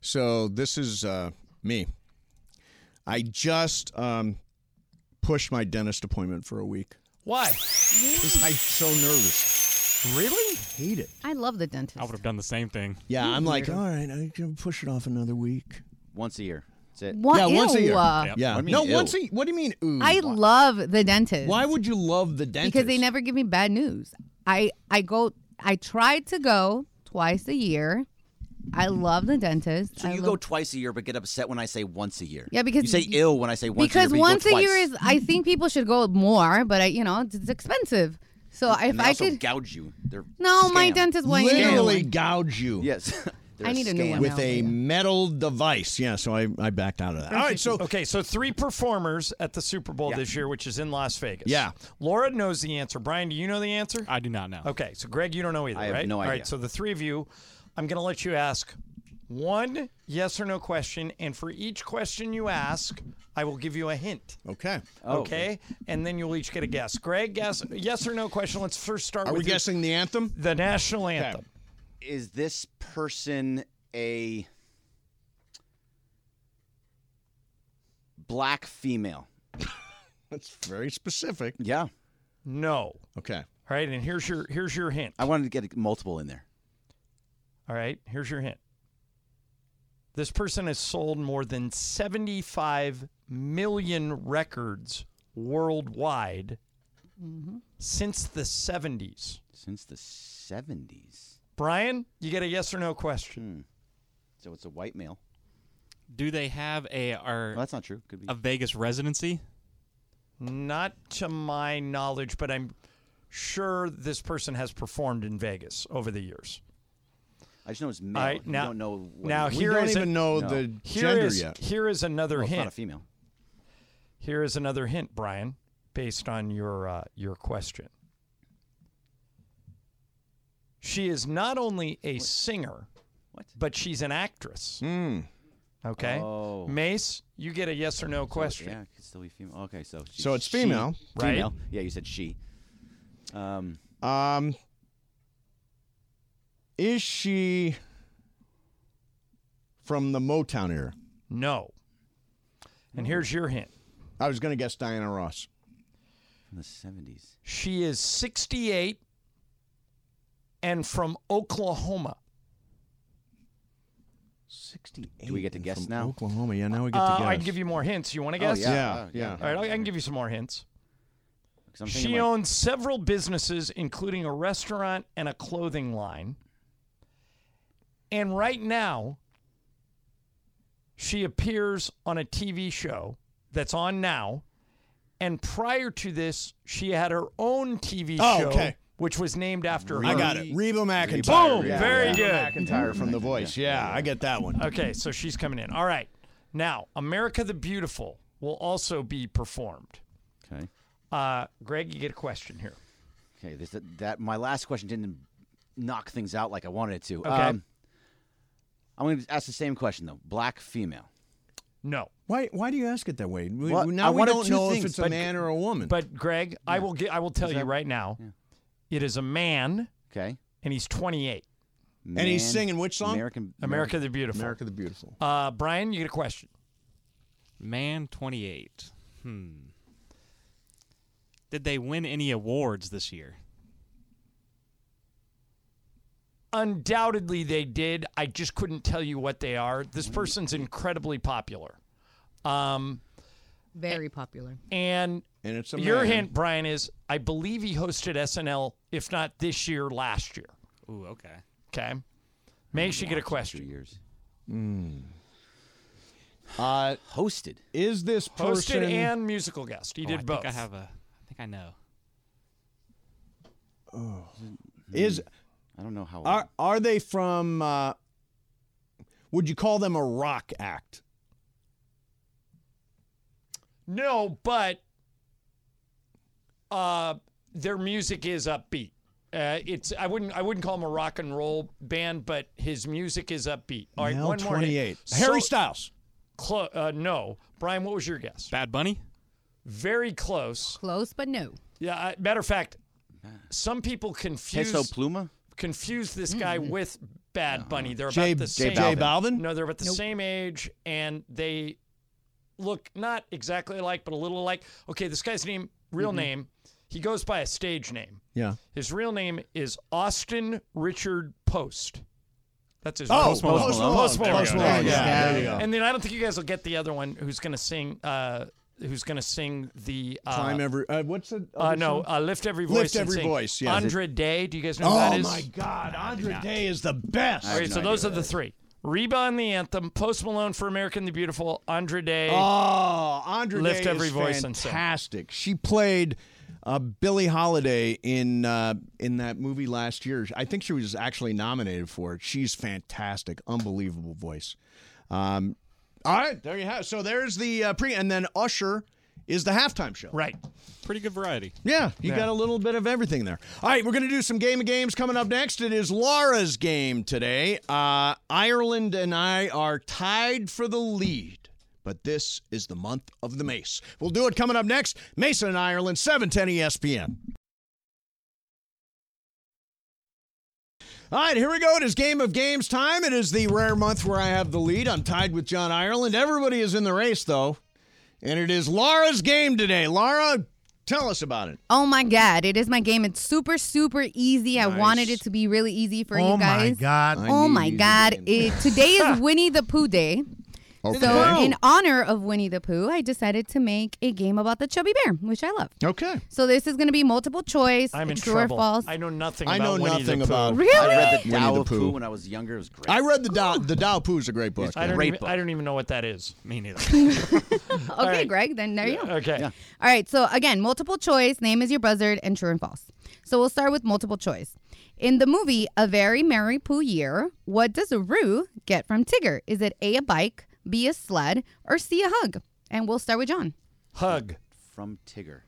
Speaker 1: So this is uh, me. I just um, pushed my dentist appointment for a week.
Speaker 2: Why?
Speaker 1: 'Cause I'm so nervous.
Speaker 2: Really?
Speaker 1: Hate it.
Speaker 4: I love the dentist.
Speaker 6: I would have done the same thing.
Speaker 1: Yeah, I'm like, all right, I can push it off another week.
Speaker 3: Once a year. That's it.
Speaker 4: Wha-
Speaker 1: Yeah, once a
Speaker 4: ew.
Speaker 1: year.
Speaker 6: Yep.
Speaker 1: Yeah.
Speaker 3: What do you
Speaker 1: no,
Speaker 3: mean,
Speaker 1: once
Speaker 3: ew?
Speaker 1: a What do you mean? Ooh.
Speaker 4: I love the dentist.
Speaker 1: Why would you love the dentist?
Speaker 4: Because they never give me bad news. I I go. I try to go twice a year. I love the dentist.
Speaker 3: So
Speaker 4: I
Speaker 3: you
Speaker 4: love-
Speaker 3: go twice a year, but get upset when I say once a year.
Speaker 4: Yeah, because
Speaker 3: you say
Speaker 4: y-
Speaker 3: ill when I say once.
Speaker 4: because
Speaker 3: a year, but
Speaker 4: once
Speaker 3: you go
Speaker 4: a year
Speaker 3: twice.
Speaker 4: is. I think people should go more, but I you know it's it's expensive. So if
Speaker 3: And they
Speaker 4: I
Speaker 3: also
Speaker 4: could,
Speaker 3: gouge you. They're
Speaker 4: no, my
Speaker 3: scam.
Speaker 4: dentist won't.
Speaker 1: literally
Speaker 4: you know.
Speaker 1: gouge you.
Speaker 3: Yes,
Speaker 4: I need a new one.
Speaker 1: with
Speaker 4: now.
Speaker 1: a metal device. Yeah, so I, I backed out of that. All right, so
Speaker 2: okay, so three performers at the Super Bowl this year, which is in Las Vegas.
Speaker 1: Yeah.
Speaker 2: Laura knows the answer. Brian, do you know the answer?
Speaker 6: I do not know.
Speaker 2: Okay, so Greg, you don't know either,
Speaker 3: I have
Speaker 2: right?
Speaker 3: no
Speaker 2: All
Speaker 3: idea.
Speaker 2: right, so the three of you, I'm going to let you ask one yes or no question, and for each question you ask, I will give you a hint.
Speaker 1: Oh, okay.
Speaker 2: okay, and then you'll each get a guess. Greg, guess yes or no question. Let's first start.
Speaker 1: Are we
Speaker 2: with your-
Speaker 1: guessing the anthem?
Speaker 2: the national anthem?
Speaker 3: Is this person a black female?
Speaker 1: That's very specific.
Speaker 3: Yeah.
Speaker 2: No. All
Speaker 1: Okay.
Speaker 2: right, and here's your here's your hint.
Speaker 3: I wanted to get multiple in there.
Speaker 2: All right, here's your hint. This person has sold more than 75 million records worldwide since the 70s.
Speaker 3: Since the 70s.
Speaker 2: Brian, you get a yes or no question.
Speaker 3: Hmm. So it's a white male.
Speaker 6: Do they have a are
Speaker 3: Well, that's not true. Could be.
Speaker 6: a Vegas residency?
Speaker 2: Not to my knowledge, but I'm sure this person has performed in Vegas over the years.
Speaker 3: I just know it's male.
Speaker 2: All right,
Speaker 3: You
Speaker 2: now-
Speaker 3: don't know what
Speaker 2: now
Speaker 3: he-
Speaker 1: We
Speaker 2: Here
Speaker 1: don't
Speaker 2: is a-
Speaker 1: even know
Speaker 3: No.
Speaker 1: the
Speaker 2: Here
Speaker 1: gender
Speaker 2: is-
Speaker 1: yet.
Speaker 2: here is another
Speaker 3: well, it's not a
Speaker 2: hint.
Speaker 3: female.
Speaker 2: Here is another hint, Brian, based on your uh, your question. She is not only a singer,
Speaker 3: What?
Speaker 2: but she's an actress.
Speaker 1: Hmm.
Speaker 2: Okay,
Speaker 3: Oh.
Speaker 2: Mace, you get a yes or no
Speaker 3: So,
Speaker 2: question.
Speaker 3: yeah, it could still be female. Okay, so she,
Speaker 1: So it's
Speaker 3: she-
Speaker 1: female.
Speaker 2: Right.
Speaker 3: Female. Yeah, you said she. Um,
Speaker 1: Um, is she from the Motown era?
Speaker 2: No. And here's your hint.
Speaker 1: I was going to guess Diana Ross.
Speaker 3: from the seventies.
Speaker 2: She is 68 and from Oklahoma.
Speaker 1: Sixty-eight.
Speaker 3: Do we get to
Speaker 1: and
Speaker 3: guess
Speaker 1: from
Speaker 3: now?
Speaker 1: Oklahoma. Yeah, now we get
Speaker 2: Uh,
Speaker 1: to guess.
Speaker 2: I can give you more hints. You
Speaker 3: Oh,
Speaker 2: want to guess?
Speaker 1: yeah.
Speaker 2: All right, I can give you some more hints.
Speaker 3: 'Cause I'm thinking
Speaker 2: She
Speaker 3: like-
Speaker 2: owns several businesses, including a restaurant and a clothing line. And right now, she appears on a TV show that's on now. And prior to this, she had her own TV
Speaker 1: Oh,
Speaker 2: show,
Speaker 1: okay.
Speaker 2: which was named after her.
Speaker 1: I got it. Reba McIntyre.
Speaker 2: Boom!
Speaker 1: Yeah,
Speaker 2: Very
Speaker 1: yeah.
Speaker 2: good.
Speaker 1: McIntyre
Speaker 3: Mm-hmm.
Speaker 1: from The Voice. Yeah, I get that one.
Speaker 2: Okay, so she's coming in. All right. Now, America the Beautiful will also be performed.
Speaker 3: Okay.
Speaker 2: Uh, Greg, you get a question here.
Speaker 3: Okay. This that, that my last question didn't knock things out like I wanted it to. Um,
Speaker 2: Okay.
Speaker 3: I'm going to ask the same question though. Black female.
Speaker 2: No.
Speaker 1: Why? Why do you ask it that way? We,
Speaker 3: Well,
Speaker 1: now
Speaker 3: I
Speaker 1: we
Speaker 3: wanted
Speaker 1: don't
Speaker 3: two
Speaker 1: know
Speaker 3: things,
Speaker 1: if it's a
Speaker 3: but-
Speaker 1: man or a woman.
Speaker 2: But Greg, I will get. I will tell you right now. It is a man,
Speaker 3: Okay.
Speaker 2: and he's 28.
Speaker 1: And he's singing which song?
Speaker 3: American.
Speaker 2: America the Beautiful.
Speaker 1: America the Beautiful.
Speaker 2: Uh, Brian, you get a question.
Speaker 6: Man 28. Hmm. Did they win any awards this year?
Speaker 2: Undoubtedly, they did. I just couldn't tell you what they are. This
Speaker 1: Mm-hmm.
Speaker 2: person's incredibly popular. Um,
Speaker 4: Very popular.
Speaker 2: and
Speaker 1: And it's a
Speaker 2: your
Speaker 1: man.
Speaker 2: hint, Brian, is I believe he hosted SNL, if not this year, last year.
Speaker 6: Ooh, okay.
Speaker 2: Okay. May she get a
Speaker 3: Two
Speaker 2: question.
Speaker 3: years.
Speaker 1: Hmm. Uh,
Speaker 3: Hosted.
Speaker 1: is this person?
Speaker 2: Hosted and musical guest. He
Speaker 6: Oh,
Speaker 2: did
Speaker 6: I
Speaker 2: both.
Speaker 6: Think I have a. I think I know.
Speaker 1: is
Speaker 3: I don't know how.
Speaker 1: are are they from? Uh, would you call them a rock act?
Speaker 2: No, but uh, their music is upbeat. Uh, it's I wouldn't I wouldn't call him a rock and roll band, but his music is upbeat. All right,
Speaker 1: Male
Speaker 2: one more. hit.
Speaker 1: 28.
Speaker 2: So-
Speaker 1: Harry Styles.
Speaker 2: Clo- uh, no, Brian, what was your guess?
Speaker 6: Bad Bunny?
Speaker 2: Very close.
Speaker 4: Close, but no.
Speaker 2: Yeah, I, matter of fact, some people confuse
Speaker 3: Peso Pluma?
Speaker 2: confuse this guy with Bad Bunny. They're
Speaker 1: J,
Speaker 2: about the
Speaker 1: J
Speaker 2: same.
Speaker 1: Balvin.
Speaker 2: No, they're about the same age, and they look not exactly alike, but a little alike. Okay, this guy's name, real name, he goes by a stage name.
Speaker 1: Yeah.
Speaker 2: His real name is Austin Richard Post. That's his.
Speaker 1: Oh,
Speaker 2: real-
Speaker 1: Post Malone. Post Malone.
Speaker 2: Post Malone.
Speaker 1: Post Malone,
Speaker 2: There you go.
Speaker 1: yeah, there you go.
Speaker 2: And then I don't think you guys will get the other one who's going to sing. Uh, who's going to sing the? Uh,
Speaker 1: Climb every. Uh, what's the?
Speaker 2: uh,
Speaker 1: other
Speaker 2: no,
Speaker 1: song?
Speaker 2: uh, lift every voice.
Speaker 1: Lift
Speaker 2: and
Speaker 1: Every
Speaker 2: Sing.
Speaker 1: Voice, yeah.
Speaker 2: Andre Day. Do you guys know who
Speaker 1: Oh
Speaker 2: that is?
Speaker 1: my God! Andre Day is the best.
Speaker 2: All right, so those are the three. Reba and the Anthem, Post Malone for American the Beautiful, Andre Day.
Speaker 1: Oh, Andre
Speaker 2: Lift
Speaker 1: Day
Speaker 2: Every
Speaker 1: is
Speaker 2: Voice and Sing.
Speaker 1: fantastic. She played Uh, Billie Holiday in uh, in that movie last year. I think she was actually nominated for it. She's fantastic, unbelievable voice. Um, all right, there you have. it. So there's the uh, pre, and then Usher is the halftime show.
Speaker 2: Right,
Speaker 6: pretty good variety.
Speaker 1: Yeah, you
Speaker 6: Yeah.
Speaker 1: got a little bit of everything there. All right, we're going to do some game of games coming up next. It is Laura's game today. Uh, Ireland and I are tied for the lead, but this is the month of the Mace. We'll do it coming up next. Mason and Ireland, E 710 ESPN. All right, here we go. It is game of games time. It is the rare month where I have the lead. I'm tied with John Ireland. Everybody is in the race, though. And it is Laura's game today. Laura, tell us about it.
Speaker 4: Oh my God, it is my game. It's super, super easy. I wanted it to be really easy for you guys.
Speaker 7: God.
Speaker 4: Oh my God. It, today is Winnie the Pooh Day. So,
Speaker 1: Okay.
Speaker 4: in honor of Winnie the Pooh, I decided to make a game about the chubby bear, which I love.
Speaker 1: Okay.
Speaker 4: So, this is going to be multiple choice,
Speaker 2: I'm in
Speaker 4: true
Speaker 2: trouble.
Speaker 4: or false.
Speaker 2: I know nothing.
Speaker 1: I know
Speaker 2: about Winnie
Speaker 1: nothing
Speaker 2: the Pooh.
Speaker 1: about.
Speaker 4: Really?
Speaker 3: I read the
Speaker 1: Winnie
Speaker 3: Tao
Speaker 1: the
Speaker 3: of Pooh
Speaker 1: Pooh.
Speaker 3: when I was younger. It was great.
Speaker 1: I read the Dow. The Dow Pooh's a great book.
Speaker 2: I don't,
Speaker 3: Great
Speaker 2: even,
Speaker 3: book.
Speaker 2: I don't even know what that is.
Speaker 6: Me neither. Uh,
Speaker 4: okay,
Speaker 2: right.
Speaker 4: Greg, then there you go.
Speaker 2: Okay.
Speaker 4: All right, so again, multiple choice, name is your buzzard, and true and false. So we'll start with multiple choice. In the movie A Very Merry Pooh Year, what does Roo get from Tigger? Is it A, a bike, B, a sled, or C, a hug? And we'll start with John.
Speaker 2: Hug.
Speaker 3: From Tigger.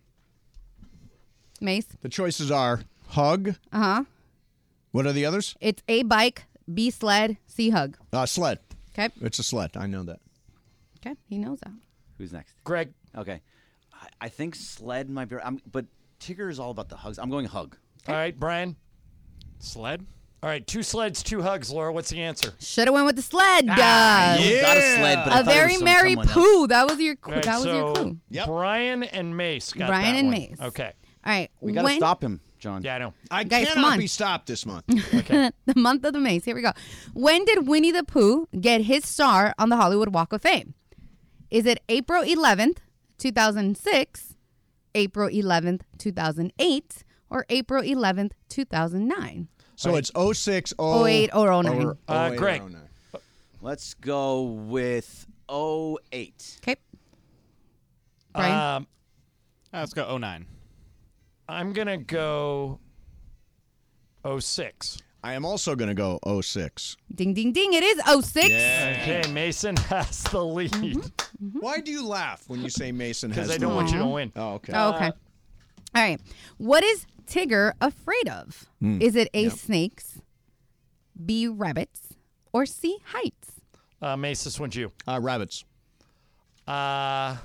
Speaker 4: Mace,
Speaker 1: The choices are hug.
Speaker 4: uh huh.
Speaker 1: What are the others?
Speaker 4: It's A, bike, B, sled, C, hug.
Speaker 1: Uh, sled.
Speaker 4: Okay,
Speaker 1: It's a sled. I know that.
Speaker 4: okay, he knows that.
Speaker 3: Who's next?
Speaker 2: Greg.
Speaker 3: Okay. I, I think sled might be. I'm, but Tigger is all about the hugs. I'm going hug.
Speaker 2: All right, Brian.
Speaker 6: Sled?
Speaker 2: All right, two sleds, two hugs. Laura, what's the answer?
Speaker 4: Should have went with the sled. Uh,
Speaker 3: I know we Got a sled, Ah, but I
Speaker 4: A
Speaker 3: thought it was
Speaker 4: Very
Speaker 3: from
Speaker 4: Merry
Speaker 3: someone else.
Speaker 4: Pooh. That was your
Speaker 2: All right,
Speaker 4: that was
Speaker 2: so
Speaker 4: your clue.
Speaker 1: Yep.
Speaker 2: Brian and Mace got
Speaker 4: Brian
Speaker 2: that
Speaker 4: and
Speaker 2: one.
Speaker 4: Mace.
Speaker 2: Okay.
Speaker 4: All right,
Speaker 3: We got to
Speaker 4: when-
Speaker 3: stop him, John.
Speaker 2: Yeah, I know.
Speaker 1: I
Speaker 4: Guys, come
Speaker 1: cannot
Speaker 4: on.
Speaker 1: be stopped this month.
Speaker 4: the month of the maze. Here we go. When did Winnie the Pooh get his star on the Hollywood Walk of Fame? Is it April 11th, 2006, April 11th, 2008, or April 11th, 2009?
Speaker 1: So it's 06,
Speaker 4: 08 or 09.
Speaker 2: Uh, Greg.
Speaker 3: Let's go with 08.
Speaker 4: Okay. Brian?
Speaker 2: Um,
Speaker 6: Uh, let's go 09.
Speaker 2: I'm going to go 06.
Speaker 1: I am also going to go 06.
Speaker 4: ding, ding, ding. It is 06.
Speaker 2: Okay, Mason has the lead because
Speaker 4: Mm-hmm.
Speaker 1: Why do you laugh when you say Mason has
Speaker 2: I
Speaker 1: the
Speaker 2: don't want you to
Speaker 4: Aw.
Speaker 2: win.
Speaker 1: Oh, okay.
Speaker 4: Oh, okay. All right. What is Tigger afraid of? Is it A, snakes, B, rabbits, or C, heights?
Speaker 2: Uh, Mace, this one's you.
Speaker 1: Uh, rabbits.
Speaker 2: Uh,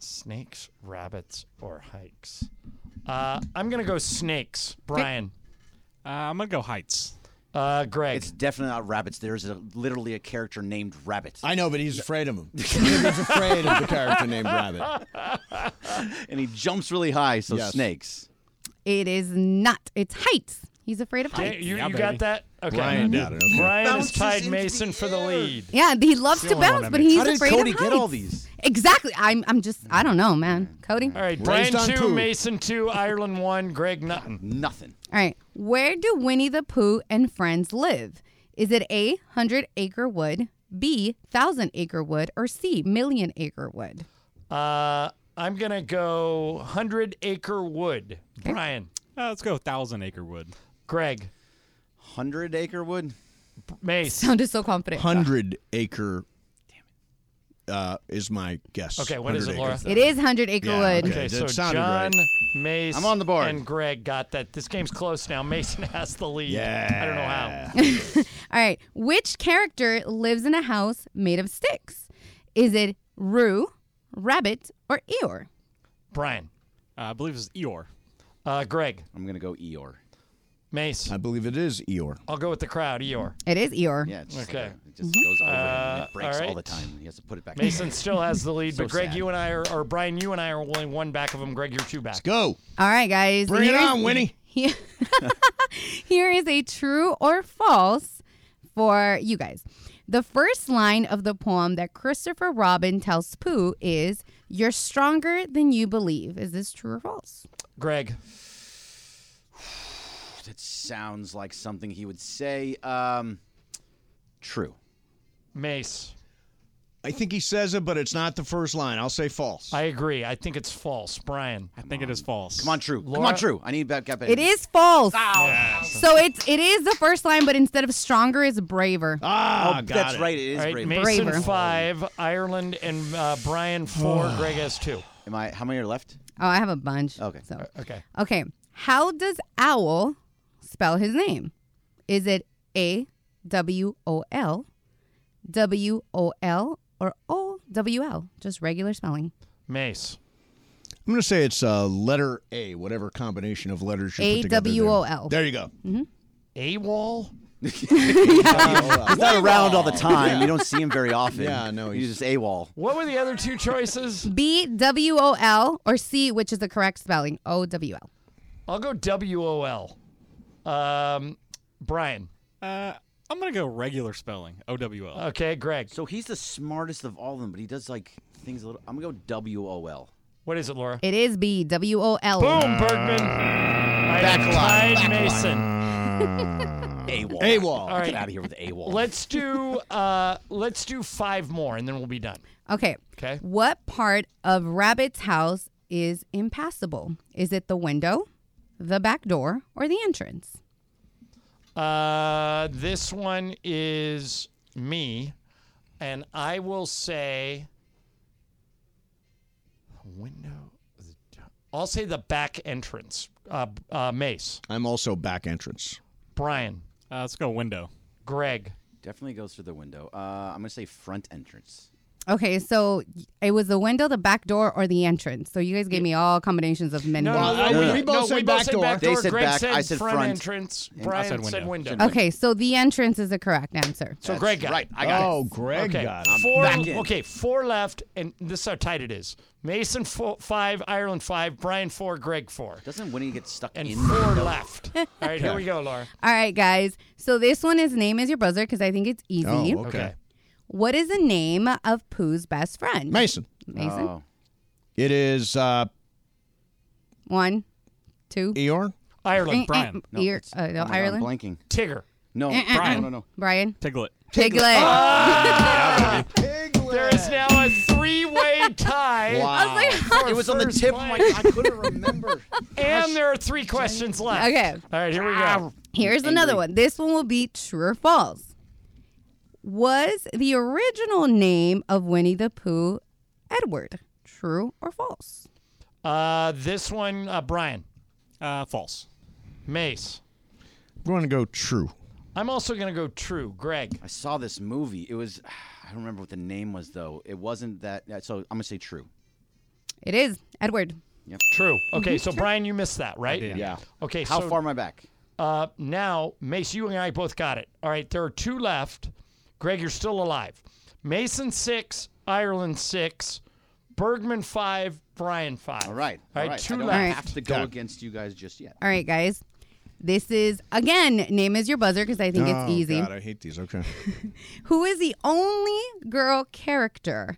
Speaker 2: snakes, rabbits, or hikes? Uh, I'm going to go snakes. Brian.
Speaker 6: Uh, I'm going to go Heights.
Speaker 2: Uh, Greg.
Speaker 3: It's definitely not rabbits. There's a, literally a character named Rabbit,
Speaker 1: I know, but he's afraid of him. he's afraid of the character named Rabbit.
Speaker 3: and he jumps really high, so
Speaker 1: Yes.
Speaker 3: snakes.
Speaker 4: It is not. It's heights. He's afraid of
Speaker 2: Okay,
Speaker 4: heights.
Speaker 2: you,
Speaker 6: Yeah,
Speaker 2: you
Speaker 6: baby.
Speaker 2: got that? Okay.
Speaker 1: Brian got it, okay.
Speaker 2: Brian has
Speaker 1: Bounces
Speaker 2: tied
Speaker 1: into
Speaker 2: Mason
Speaker 1: the
Speaker 2: for the
Speaker 1: air.
Speaker 2: lead.
Speaker 4: Yeah, he loves to
Speaker 6: only one
Speaker 4: bounce,
Speaker 6: that
Speaker 4: but
Speaker 6: makes-
Speaker 4: he's
Speaker 3: How did
Speaker 4: afraid
Speaker 3: Cody
Speaker 4: of
Speaker 3: get
Speaker 4: heights.
Speaker 3: all these?
Speaker 4: Exactly. I'm. I'm just. I don't know, man. Cody.
Speaker 2: All right,
Speaker 1: Raised
Speaker 2: Brian
Speaker 1: on
Speaker 2: 2,
Speaker 1: poo.
Speaker 2: Mason 2, Ireland 1, Greg nothing.
Speaker 3: Nothing.
Speaker 4: All right. Where do Winnie the Pooh and friends live? Is it A, hundred acre wood, B, thousand acre wood, or C, million acre wood?
Speaker 2: Uh, I'm going to go 100 Acre Wood. Brian,
Speaker 6: Uh, let's go 1,000 Acre Wood.
Speaker 2: Greg,
Speaker 3: Hundred acre wood.
Speaker 2: B- Mace.
Speaker 4: Sounded so confident.
Speaker 1: 100 acre uh, is my guess.
Speaker 2: Okay, what is it,
Speaker 1: 100
Speaker 2: Laura?
Speaker 1: acre.
Speaker 4: It is hundred acre
Speaker 1: Yeah,
Speaker 4: wood.
Speaker 1: Okay,
Speaker 2: Okay, so
Speaker 1: that sounded
Speaker 2: John,
Speaker 1: right.
Speaker 2: Mace,
Speaker 3: I'm on the board.
Speaker 2: and Greg got that. This game's close now. Mason has the lead. I don't know how.
Speaker 4: All right. Which character lives in a house made of sticks? Is it Roo, Rabbit, or Eeyore?
Speaker 2: Brian,
Speaker 6: Uh, I believe it's Eeyore.
Speaker 2: uh, Greg,
Speaker 3: I'm gonna go Eeyore.
Speaker 2: Mace.
Speaker 1: I believe it is Eeyore.
Speaker 2: I'll go with the crowd, Eeyore.
Speaker 4: It is Eeyore.
Speaker 3: Yeah. It's just
Speaker 2: Okay.
Speaker 3: Like a, it just goes over him and
Speaker 2: Uh,
Speaker 3: it breaks all
Speaker 2: alright.
Speaker 3: the time. He has to put it back.
Speaker 2: Mason still has the lead,
Speaker 3: So
Speaker 2: but Greg,
Speaker 3: sad.
Speaker 2: you and I are, or Brian, you and I are only one back of him. Greg, you're two back.
Speaker 1: Go.
Speaker 4: All right, guys.
Speaker 1: Bring it
Speaker 4: Here's-
Speaker 1: on, Winnie.
Speaker 4: Here- here is a true or false for you guys. The first line of the poem that Christopher Robin tells Pooh is, You're stronger than you believe. Is this true or false?
Speaker 2: Greg,
Speaker 3: That sounds like something he would say. Um, true.
Speaker 2: Mace,
Speaker 1: I think he says it, but it's not the first line. I'll say false.
Speaker 2: I agree. I think it's false, Brian. I think it is false.
Speaker 3: Come on, true. Come
Speaker 2: Laura-
Speaker 3: on, true. I need that. Get back.
Speaker 4: It is false.
Speaker 2: Yes.
Speaker 4: So it's it is the first line, but instead of stronger, it's braver.
Speaker 3: Ah, Oh, got that's it. right. It is
Speaker 2: All
Speaker 3: braver.
Speaker 2: Mason
Speaker 3: Braver.
Speaker 2: five, Ireland and uh, Brian four, Greg has two.
Speaker 3: Am I? How many are left?
Speaker 4: Oh, I have a bunch.
Speaker 3: Okay.
Speaker 4: So.
Speaker 2: Okay.
Speaker 4: Okay. How does owl spell his name? Is it A W O L, W O L, or O W L? Just regular spelling.
Speaker 2: Mace.
Speaker 1: I'm going to say it's uh, letter A, whatever combination of letters you put together. there.
Speaker 4: AWOL.
Speaker 1: There you go.
Speaker 2: AWOL?
Speaker 3: He's not around all the time. You don't see him very often.
Speaker 1: Yeah, no,
Speaker 3: He's, just AWOL.
Speaker 2: What were the other two choices?
Speaker 4: B W O L or C, which is the correct spelling, O W L.
Speaker 2: I'll go W O L. Um, Brian.
Speaker 6: Uh, I'm gonna go regular spelling. O W L.
Speaker 2: Okay, Greg.
Speaker 3: So he's the smartest of all of them, but he does like things a little. I'm gonna go W O L.
Speaker 2: What is it, Laura?
Speaker 4: It is B W O L.
Speaker 2: Boom, Bergman. I
Speaker 3: Uh, Back
Speaker 2: have
Speaker 3: line,
Speaker 2: tied
Speaker 3: back line.
Speaker 2: Mason.
Speaker 3: AWOL.
Speaker 1: AWOL.
Speaker 2: All right.
Speaker 3: Get out of here with AWOL.
Speaker 2: Let's do uh, let's do five more and then we'll be done.
Speaker 4: Okay.
Speaker 2: Okay.
Speaker 4: What part of Rabbit's house is impassable? Is it the window, the back door, or the entrance?
Speaker 2: Uh, this one is me, and I will say window. I'll say the back entrance. Uh, uh, Mace,
Speaker 1: I'm also back entrance.
Speaker 2: Brian,
Speaker 6: Uh, let's go window.
Speaker 2: Greg.
Speaker 3: Definitely goes through the window. Uh, I'm gonna say front entrance.
Speaker 4: Okay, so it was the window, the back door, or the entrance. So you guys gave me all combinations of many.
Speaker 1: no, no, we- we both said back door.
Speaker 3: They said
Speaker 2: Greg
Speaker 3: back,
Speaker 2: said
Speaker 3: I said
Speaker 2: front,
Speaker 3: front,
Speaker 2: entrance.
Speaker 3: and I
Speaker 2: Brian
Speaker 6: said
Speaker 2: said
Speaker 6: window.
Speaker 2: window.
Speaker 4: Okay, so the entrance is the correct answer.
Speaker 2: So Greg got it.
Speaker 3: Right. I got
Speaker 1: oh,
Speaker 3: it.
Speaker 1: Greg
Speaker 2: okay.
Speaker 1: got it.
Speaker 2: Four,
Speaker 3: back in.
Speaker 2: Okay, four left, and this is how tight it is. Mason four, five, Ireland five, Brian four, Greg four,
Speaker 3: Doesn't Winnie get stuck
Speaker 2: and
Speaker 3: in the
Speaker 2: four
Speaker 3: window?
Speaker 2: left. All right, here we go, Laura.
Speaker 4: All right, guys. So this one is name is your brother because I think it's easy.
Speaker 1: Oh, okay.
Speaker 2: Okay.
Speaker 4: What is the name of Pooh's best friend?
Speaker 1: Mason. Uh,
Speaker 4: Mason.
Speaker 3: Oh.
Speaker 1: It is uh,
Speaker 4: One, two.
Speaker 1: Eeyore.
Speaker 4: Eh, eh,
Speaker 2: Ireland, Brian,
Speaker 3: No,
Speaker 4: ear-
Speaker 3: it's-
Speaker 4: uh, no,
Speaker 3: oh my God,
Speaker 4: Ireland.
Speaker 3: I'm blanking.
Speaker 2: Tigger.
Speaker 3: No,
Speaker 4: Eh, eh,
Speaker 3: Brian.
Speaker 4: eh.
Speaker 3: No, no, no.
Speaker 4: Brian.
Speaker 6: Piglet.
Speaker 4: Piglet.
Speaker 2: There is now a three-way tie.
Speaker 4: I was like,
Speaker 3: It was on the
Speaker 2: first
Speaker 3: tip.
Speaker 2: line.
Speaker 3: of my- I couldn't remember.
Speaker 2: And there are three questions left.
Speaker 4: Okay.
Speaker 2: All right, here we go.
Speaker 4: Here's another one. This one will be true or false. Was the original name of Winnie the Pooh Edward? True or false?
Speaker 2: Uh, this one, uh, Brian,
Speaker 6: Uh, false.
Speaker 2: Mace.
Speaker 1: We're going to go true.
Speaker 2: I'm also gonna go true. Greg,
Speaker 3: I saw this movie. It was. I don't remember what the name was though. It wasn't that. that- So I'm gonna say true.
Speaker 4: It is Edward.
Speaker 2: true. Okay, so Brian, you missed that, right?
Speaker 3: Yeah.
Speaker 2: Okay.
Speaker 3: How
Speaker 2: so,
Speaker 3: far am I back?
Speaker 2: Uh, now, Mace, you and I both got it. All right, there are two left. Greg, you're still alive. Mason six, Ireland six, Bergman five, Brian five.
Speaker 3: All right.
Speaker 2: All right,
Speaker 3: all right.
Speaker 2: two
Speaker 3: I don't
Speaker 2: left.
Speaker 4: All right.
Speaker 3: have to go against you guys just yet.
Speaker 4: All right, guys. This is again name is your buzzer because I think
Speaker 2: Oh,
Speaker 4: it's easy.
Speaker 1: Oh, God, I hate these. Okay.
Speaker 4: Who is the only girl character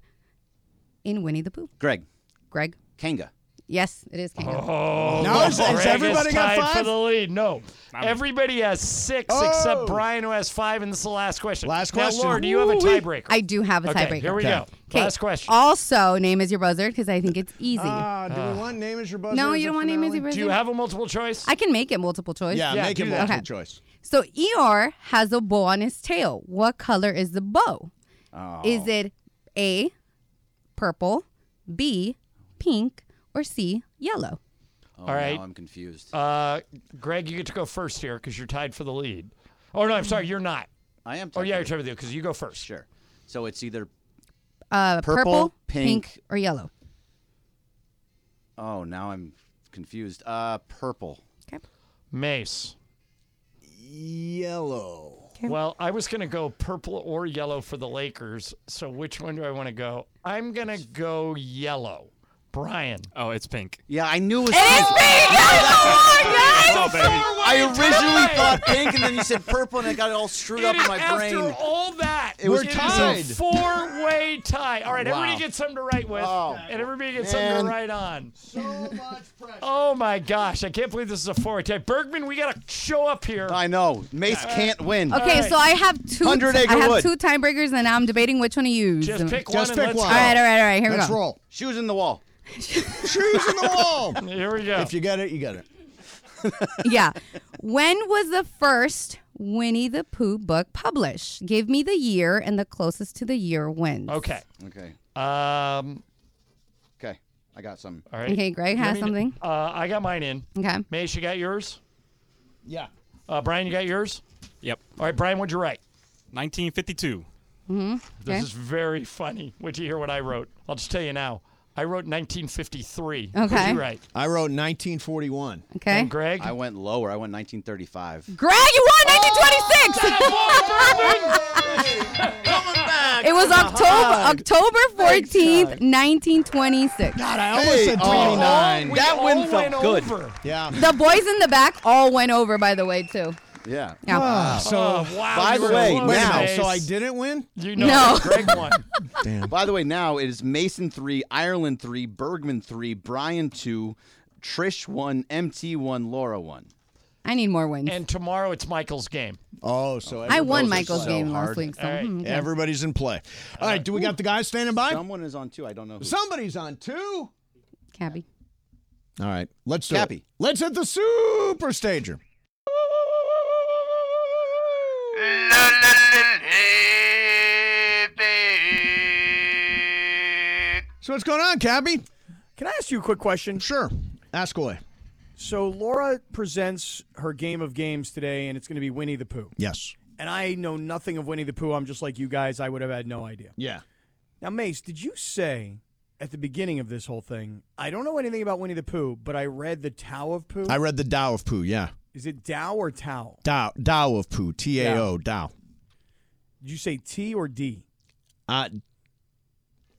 Speaker 4: in Winnie the Pooh?
Speaker 3: Greg,
Speaker 4: Greg.
Speaker 3: Kanga.
Speaker 4: Yes, it is Kanga.
Speaker 2: Oh,
Speaker 1: Now is- is
Speaker 2: Greg
Speaker 1: everybody got
Speaker 2: tied for
Speaker 1: five?
Speaker 2: the lead. No, everybody has six
Speaker 1: Oh.
Speaker 2: except Brian who has five, and this is the last question.
Speaker 1: Last
Speaker 2: Now,
Speaker 1: question.
Speaker 2: Laura, do you have a tiebreaker?
Speaker 4: I do have a
Speaker 2: okay,
Speaker 4: tiebreaker.
Speaker 2: Here we
Speaker 1: Okay.
Speaker 2: go.
Speaker 4: 'Kay.
Speaker 2: Last question. Uh,
Speaker 4: Also, name is your buzzer because I think it's easy.
Speaker 1: Ah, do we want name as your buzzer?
Speaker 4: no,
Speaker 1: as
Speaker 4: you
Speaker 1: a
Speaker 4: don't want name is
Speaker 1: finale?
Speaker 4: your buzzer.
Speaker 2: do you have a multiple choice?
Speaker 4: I can make it multiple choice.
Speaker 1: Yeah,
Speaker 2: Yeah,
Speaker 1: make
Speaker 2: do
Speaker 1: it
Speaker 2: that.
Speaker 1: multiple
Speaker 4: Okay.
Speaker 1: choice.
Speaker 4: So Eeyore has a bow on his tail. What color is the bow? Is it A, purple, B, pink, or C, yellow?
Speaker 3: Oh,
Speaker 2: All right.
Speaker 3: Now I'm confused.
Speaker 2: Uh, Greg, you get to go first here because you're tied for the lead. Oh no, I'm sorry, you're not.
Speaker 3: I am.
Speaker 2: Oh yeah, you're
Speaker 3: technically-
Speaker 2: tied with you because you go first.
Speaker 3: Sure. So it's either.
Speaker 4: Uh,
Speaker 3: Purple,
Speaker 4: pink,
Speaker 3: pink.
Speaker 4: or yellow.
Speaker 3: Oh, now I'm confused. Uh, purple.
Speaker 2: Mace.
Speaker 1: Yellow.
Speaker 2: Well, I was gonna go purple or yellow for the Lakers. So which one do I want to go? I'm gonna go yellow. Brian.
Speaker 6: Oh, it's pink.
Speaker 3: Yeah, I knew it was.
Speaker 4: It is pink! Oh my
Speaker 6: Oh, baby.
Speaker 3: I originally thought pink, and then you said purple, and I got it all screwed up in my brain.
Speaker 2: After all that,
Speaker 3: It was
Speaker 2: it is
Speaker 3: tied.
Speaker 2: a four-way tie. All right,
Speaker 3: Wow.
Speaker 2: everybody gets something to write with, and everybody gets something
Speaker 1: man.
Speaker 2: to write on. So much pressure. Oh my gosh, I can't believe this is a four-way tie. Bergman, we gotta show up here.
Speaker 3: I know. Mace can't win.
Speaker 4: Okay, so I have two.
Speaker 3: 100 acre
Speaker 4: I have
Speaker 3: wood.
Speaker 4: two timebreakers, and I'm debating which one to use.
Speaker 3: Just pick one Just
Speaker 4: Just
Speaker 3: and pick
Speaker 4: pick one.
Speaker 3: let's one.
Speaker 4: All
Speaker 3: go.
Speaker 4: right, all right, all right. Here
Speaker 3: Let's
Speaker 4: we go.
Speaker 3: roll. Shoes in the wall.
Speaker 1: Shoes in the wall.
Speaker 2: Here we go.
Speaker 1: If you get it, you get it.
Speaker 4: yeah. When was the first Winnie the Pooh book published? Give me the year, and the closest to the year wins.
Speaker 2: Okay.
Speaker 3: Okay.
Speaker 2: Um.
Speaker 3: Okay. I got some.
Speaker 2: All right.
Speaker 4: Okay, Greg
Speaker 2: You
Speaker 4: has
Speaker 2: want me to-
Speaker 4: something.
Speaker 2: uh, I got mine in.
Speaker 4: Okay.
Speaker 2: Mace, you got yours.
Speaker 3: Yeah.
Speaker 2: Uh, Brian, you got yours.
Speaker 6: Yep.
Speaker 2: All right, Brian, what'd you write?
Speaker 6: 1952.
Speaker 4: Mm-hmm.
Speaker 2: This is very funny. Wait till you hear what I wrote. I'll just tell you now. I wrote 1953. What'd
Speaker 4: Okay.
Speaker 2: you write?
Speaker 1: I wrote 1941.
Speaker 4: Okay.
Speaker 2: And Greg?
Speaker 3: I went lower. I went 1935.
Speaker 4: Greg, you won 1926. it was October October 14th, 1926.
Speaker 1: God, I almost said 29.
Speaker 3: That
Speaker 2: all
Speaker 3: win felt
Speaker 2: went
Speaker 3: good.
Speaker 2: over.
Speaker 1: Yeah.
Speaker 4: The boys in the back all went over, by the way, too.
Speaker 3: Yeah.
Speaker 4: Yeah.
Speaker 1: So,
Speaker 2: Oh, wow.
Speaker 3: By
Speaker 2: you
Speaker 3: the
Speaker 2: were
Speaker 3: way,
Speaker 2: close,
Speaker 1: wait a minute.
Speaker 2: Mace.
Speaker 1: So I didn't win?
Speaker 2: You know,
Speaker 4: No.
Speaker 2: that Greg won.
Speaker 3: By the way, now it is Mason three, Ireland three, Bergman three, Brian two, Trish one, MT one, Laura one.
Speaker 4: I need more wins.
Speaker 2: And tomorrow it's Michael's game.
Speaker 1: Oh, so
Speaker 4: I won
Speaker 3: those are
Speaker 4: Michael's
Speaker 3: so
Speaker 4: game
Speaker 3: hard.
Speaker 4: last week. So.
Speaker 2: All right.
Speaker 4: mhm, okay.
Speaker 1: Everybody's in play. All right, do we got the guys standing by?
Speaker 3: Someone is on two. I don't know. Who.
Speaker 1: Somebody's on two.
Speaker 4: Cabby.
Speaker 1: All right, let's do
Speaker 3: Cappy.
Speaker 1: it. Let's hit the super stager. So what's going on, Cappy?
Speaker 8: Can I ask you a quick question?
Speaker 1: Sure. Ask away.
Speaker 8: So Laura presents her game of games today, and it's going to be Winnie the Pooh.
Speaker 1: Yes.
Speaker 8: And I know nothing of Winnie the Pooh. I'm just like you guys. I would have had no idea.
Speaker 1: Yeah.
Speaker 8: Now, Mace, did you say at the beginning of this whole thing, I don't know anything about Winnie the Pooh, but I read the Tao of Pooh?
Speaker 1: I read the Dow of Pooh, yeah.
Speaker 8: Is it Tao or Tao?
Speaker 1: Dow Dow of Pooh. T A O Dow.
Speaker 8: Did you say T or D?
Speaker 1: Uh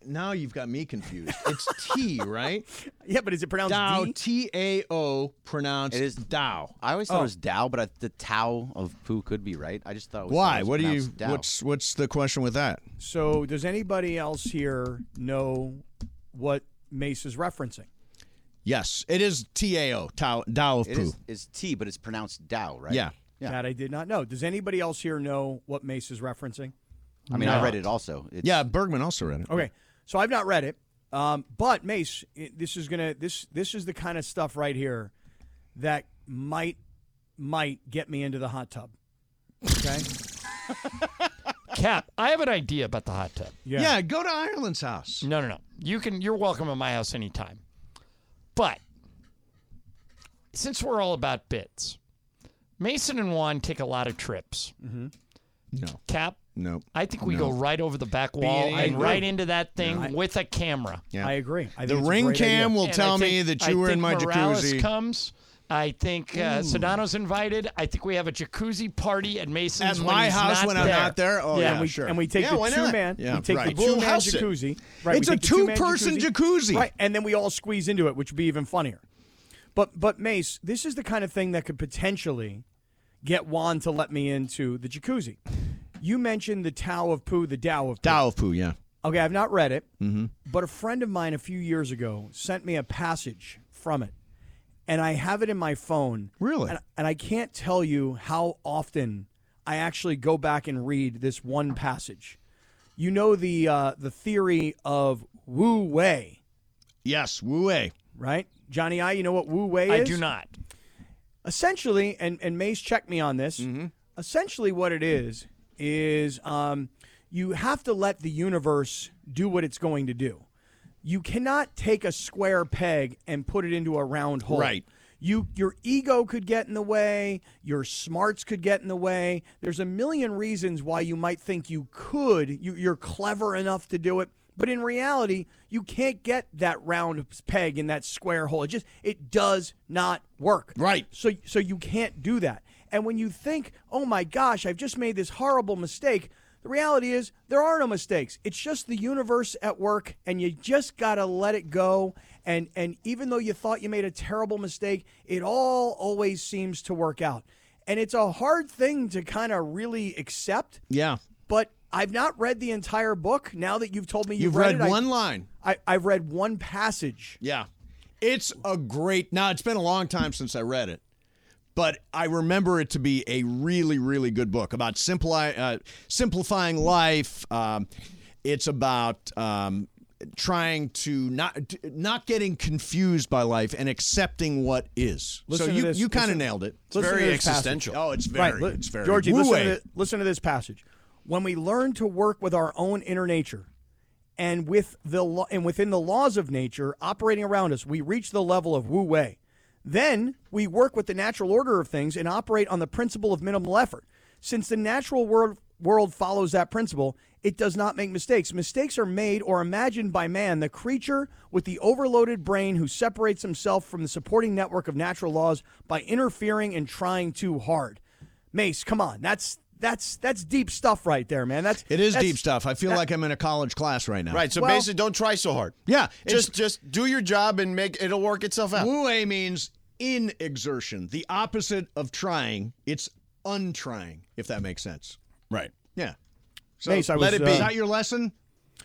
Speaker 1: now you've got me confused. It's T, right?
Speaker 8: Yeah, but is it pronounced
Speaker 1: Dow
Speaker 8: D?
Speaker 1: T A O pronounced
Speaker 3: It is-
Speaker 1: Dow.
Speaker 3: I always thought
Speaker 8: Oh.
Speaker 3: it was Dow, but I, the Tao of Pooh could be right. I just thought. It was
Speaker 1: Why? What do you
Speaker 3: Dow.
Speaker 1: what's what's the question with that?
Speaker 8: So, does anybody else here know what Mace is referencing?
Speaker 1: Yes, it is T A O Tao Dow of
Speaker 3: It
Speaker 1: Pooh.
Speaker 3: is, it's T, but it's pronounced Dow, right?
Speaker 1: Yeah.
Speaker 3: Yeah.
Speaker 8: That I did not know. Does anybody else here know what Mace is referencing?
Speaker 3: I mean,
Speaker 2: No.
Speaker 3: I read it also. It's,
Speaker 1: Yeah, Bergman also read it.
Speaker 8: Okay, so I've not read it, um, but Mace, i- this is gonna this this is the kind of stuff right here that might might get me into the hot tub. Okay.
Speaker 2: Cap, I have an idea about the hot tub.
Speaker 1: Yeah. go to Ireland's house.
Speaker 2: No, no, no. You can. You're welcome at my house anytime. But since we're all about bits, Mason and Juan take a lot of trips.
Speaker 1: No.
Speaker 2: Cap,
Speaker 1: No.
Speaker 2: I think we
Speaker 1: No.
Speaker 2: go right over the back wall
Speaker 1: I
Speaker 2: and
Speaker 1: agree.
Speaker 2: right into that thing with a camera.
Speaker 1: Yeah.
Speaker 8: I agree. I
Speaker 1: the
Speaker 8: think it's a
Speaker 1: ring
Speaker 8: great
Speaker 1: cam
Speaker 8: idea.
Speaker 1: will
Speaker 2: And
Speaker 1: tell
Speaker 2: I
Speaker 1: me
Speaker 2: think-
Speaker 1: that
Speaker 2: I
Speaker 1: you were in
Speaker 2: think
Speaker 1: my
Speaker 2: Morales
Speaker 1: jacuzzi.
Speaker 2: comes. I think uh, Sedano's invited. I think we have a jacuzzi party at Mason's
Speaker 1: At
Speaker 2: when
Speaker 1: my
Speaker 2: he's
Speaker 1: house
Speaker 2: not
Speaker 1: when
Speaker 2: there.
Speaker 1: I'm not there. Oh yeah,
Speaker 8: And we,
Speaker 1: sure.
Speaker 8: and we take
Speaker 1: Yeah,
Speaker 8: the
Speaker 1: why
Speaker 8: two
Speaker 1: not?
Speaker 8: man.
Speaker 1: Yeah,
Speaker 8: we take
Speaker 1: right.
Speaker 8: the
Speaker 1: We'll
Speaker 8: two man
Speaker 1: house it.
Speaker 8: jacuzzi. Right, we
Speaker 1: It's a
Speaker 8: take the two-man
Speaker 1: two-person jacuzzi.
Speaker 8: Right, and then we all squeeze into it, which would be even funnier. But but Mace, this is the kind of thing that could potentially get Juan to let me into the jacuzzi. You mentioned the Tao of Pooh, the Tao of Pooh.
Speaker 1: Dow of Pooh, yeah.
Speaker 8: Okay, I've not read it,
Speaker 1: Mm-hmm.
Speaker 8: but a friend of mine a few years ago sent me a passage from it, and I have it in my phone.
Speaker 1: Really?
Speaker 8: And, and I can't tell you how often I actually go back and read this one passage. You know the uh, the theory of Wu Wei,
Speaker 1: Yes, Wu Wei.
Speaker 8: right? Johnny I, you know what Wu Wei
Speaker 2: I
Speaker 8: is?
Speaker 2: do not.
Speaker 8: essentially, and and Mace checked me on this.
Speaker 1: Mm-hmm.
Speaker 8: Essentially, what it is is um, you have to let the universe do what it's going to do. You cannot take a square peg and put it into a round hole.
Speaker 1: Right.
Speaker 8: You your ego could get in the way, your smarts could get in the way. There's a million reasons why you might think you could, you, you're clever enough to do it, but in reality, you can't get that round peg in that square hole. It just it does not work.
Speaker 1: Right.
Speaker 8: So so you can't do that. And when you think, "Oh my gosh, I've just made this horrible mistake," The reality is, there are no mistakes. It's just the universe at work, and you just got to let it go. And, and even though you thought you made a terrible mistake, it all always seems to work out. And it's a hard thing to kind of really accept,
Speaker 1: Yeah.
Speaker 8: but I've not read the entire book. Now that you've told me you've,
Speaker 1: You've read
Speaker 8: it, I-
Speaker 1: one line.
Speaker 8: I, I've read one passage.
Speaker 1: Yeah. It's a great. Now, it's been a long time since I read it, but I remember it to be a really, really good book about simpli- uh, simplifying life. Um, it's about um, trying to not not getting confused by life and accepting what is.
Speaker 8: Listen
Speaker 1: so
Speaker 8: to
Speaker 1: you
Speaker 8: this.
Speaker 1: you kind of
Speaker 8: Listen-
Speaker 1: nailed it.
Speaker 8: listen to this passage.
Speaker 1: Oh, it's very.
Speaker 8: Right, li-
Speaker 1: It's very.
Speaker 8: Georgie,
Speaker 1: Wu-wei.
Speaker 8: listen to, thi- listen to this passage. When we learn to work with our own inner nature and with the lo- and within the laws of nature operating around us, we reach the level of Wu Wei. Then we work with the natural order of things and operate on the principle of minimal effort. Since the natural world world follows that principle, it does not make mistakes. Mistakes are made or imagined by man, the creature with the overloaded brain who separates himself from the supporting network of natural laws by interfering and trying too hard. Mace, come on. That's that's that's deep stuff right there, man. That's
Speaker 1: It is
Speaker 8: that's-
Speaker 1: deep stuff. I feel
Speaker 8: that-
Speaker 1: like I'm in a college class right now.
Speaker 9: Right. So basically, don't try so hard.
Speaker 1: Yeah, it's-
Speaker 9: Just just do your job and make it'll work itself out.
Speaker 1: Wu-wei means in exertion, the opposite of trying. It's untrying, if that makes sense.
Speaker 9: Right.
Speaker 1: Yeah. So
Speaker 8: Mace, I was,
Speaker 1: let it be.
Speaker 8: uh,
Speaker 1: Is that your lesson,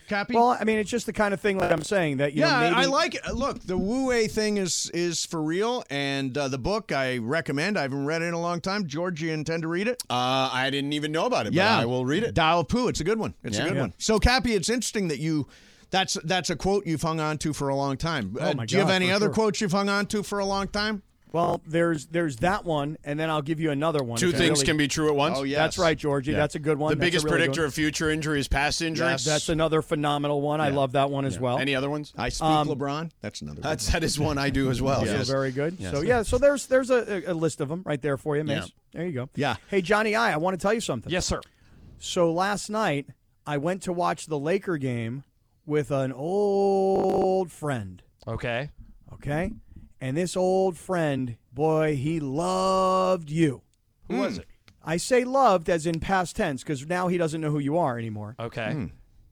Speaker 1: Cappy?
Speaker 8: Well, I mean, it's just the kind of thing that I'm saying that you
Speaker 1: yeah,
Speaker 8: know. Maybe,
Speaker 1: I like it. Look, the Wu-wei thing is is for real, and uh, the book I recommend. I haven't read it in a long time. George, you intend to read it?
Speaker 9: Uh, I didn't even know about it.
Speaker 1: yeah,
Speaker 9: But I will read it.
Speaker 1: Dial Poo. It's a good one. It's
Speaker 9: Yeah.
Speaker 1: a good
Speaker 9: Yeah.
Speaker 1: one. So, Cappy, it's interesting that you. That's that's a quote you've hung on to for a long time. Uh,
Speaker 8: Oh, my
Speaker 1: do you have
Speaker 8: God,
Speaker 1: any
Speaker 8: for
Speaker 1: other
Speaker 8: sure.
Speaker 1: quotes you've hung on to for a long time?
Speaker 8: Well, there's there's that one, and then I'll give you another one.
Speaker 9: Two
Speaker 8: if it
Speaker 9: things
Speaker 8: really-
Speaker 9: can be true at once.
Speaker 8: Oh, yes. That's right, Georgie. That's a good one.
Speaker 9: The
Speaker 8: That's a
Speaker 9: biggest
Speaker 8: really good
Speaker 9: predictor
Speaker 8: one.
Speaker 9: of future injury is past injury.
Speaker 8: Yes, that's another phenomenal one. I love that one as well.
Speaker 9: Any other ones?
Speaker 1: I
Speaker 8: speak Um,
Speaker 1: LeBron. That's another.
Speaker 9: That's that is one I do as well.
Speaker 8: So
Speaker 9: yes.
Speaker 8: very good.
Speaker 9: Yes.
Speaker 8: So yeah, so there's there's a, a list of them right there for you, Mace.
Speaker 9: Yeah.
Speaker 8: There you go.
Speaker 1: Yeah.
Speaker 8: Hey Johnny, I I want to tell you something.
Speaker 2: Yes, sir.
Speaker 8: So last night I went to watch the Laker game with an old friend.
Speaker 2: Okay.
Speaker 8: Okay. And this old friend, boy, he loved you.
Speaker 2: Who was it?
Speaker 8: I say loved as in past tense because now he doesn't know who you are anymore.
Speaker 2: Okay.
Speaker 1: Hmm.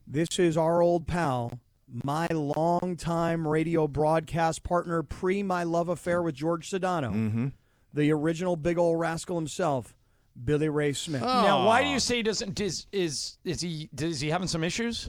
Speaker 8: This is our old pal, my longtime radio broadcast partner pre my love affair with George Sedano,
Speaker 2: Mm-hmm.
Speaker 8: the original big old rascal himself, Billy Ray Smith.
Speaker 2: Now, why do you say he doesn't? Is is is he? Is he having some issues?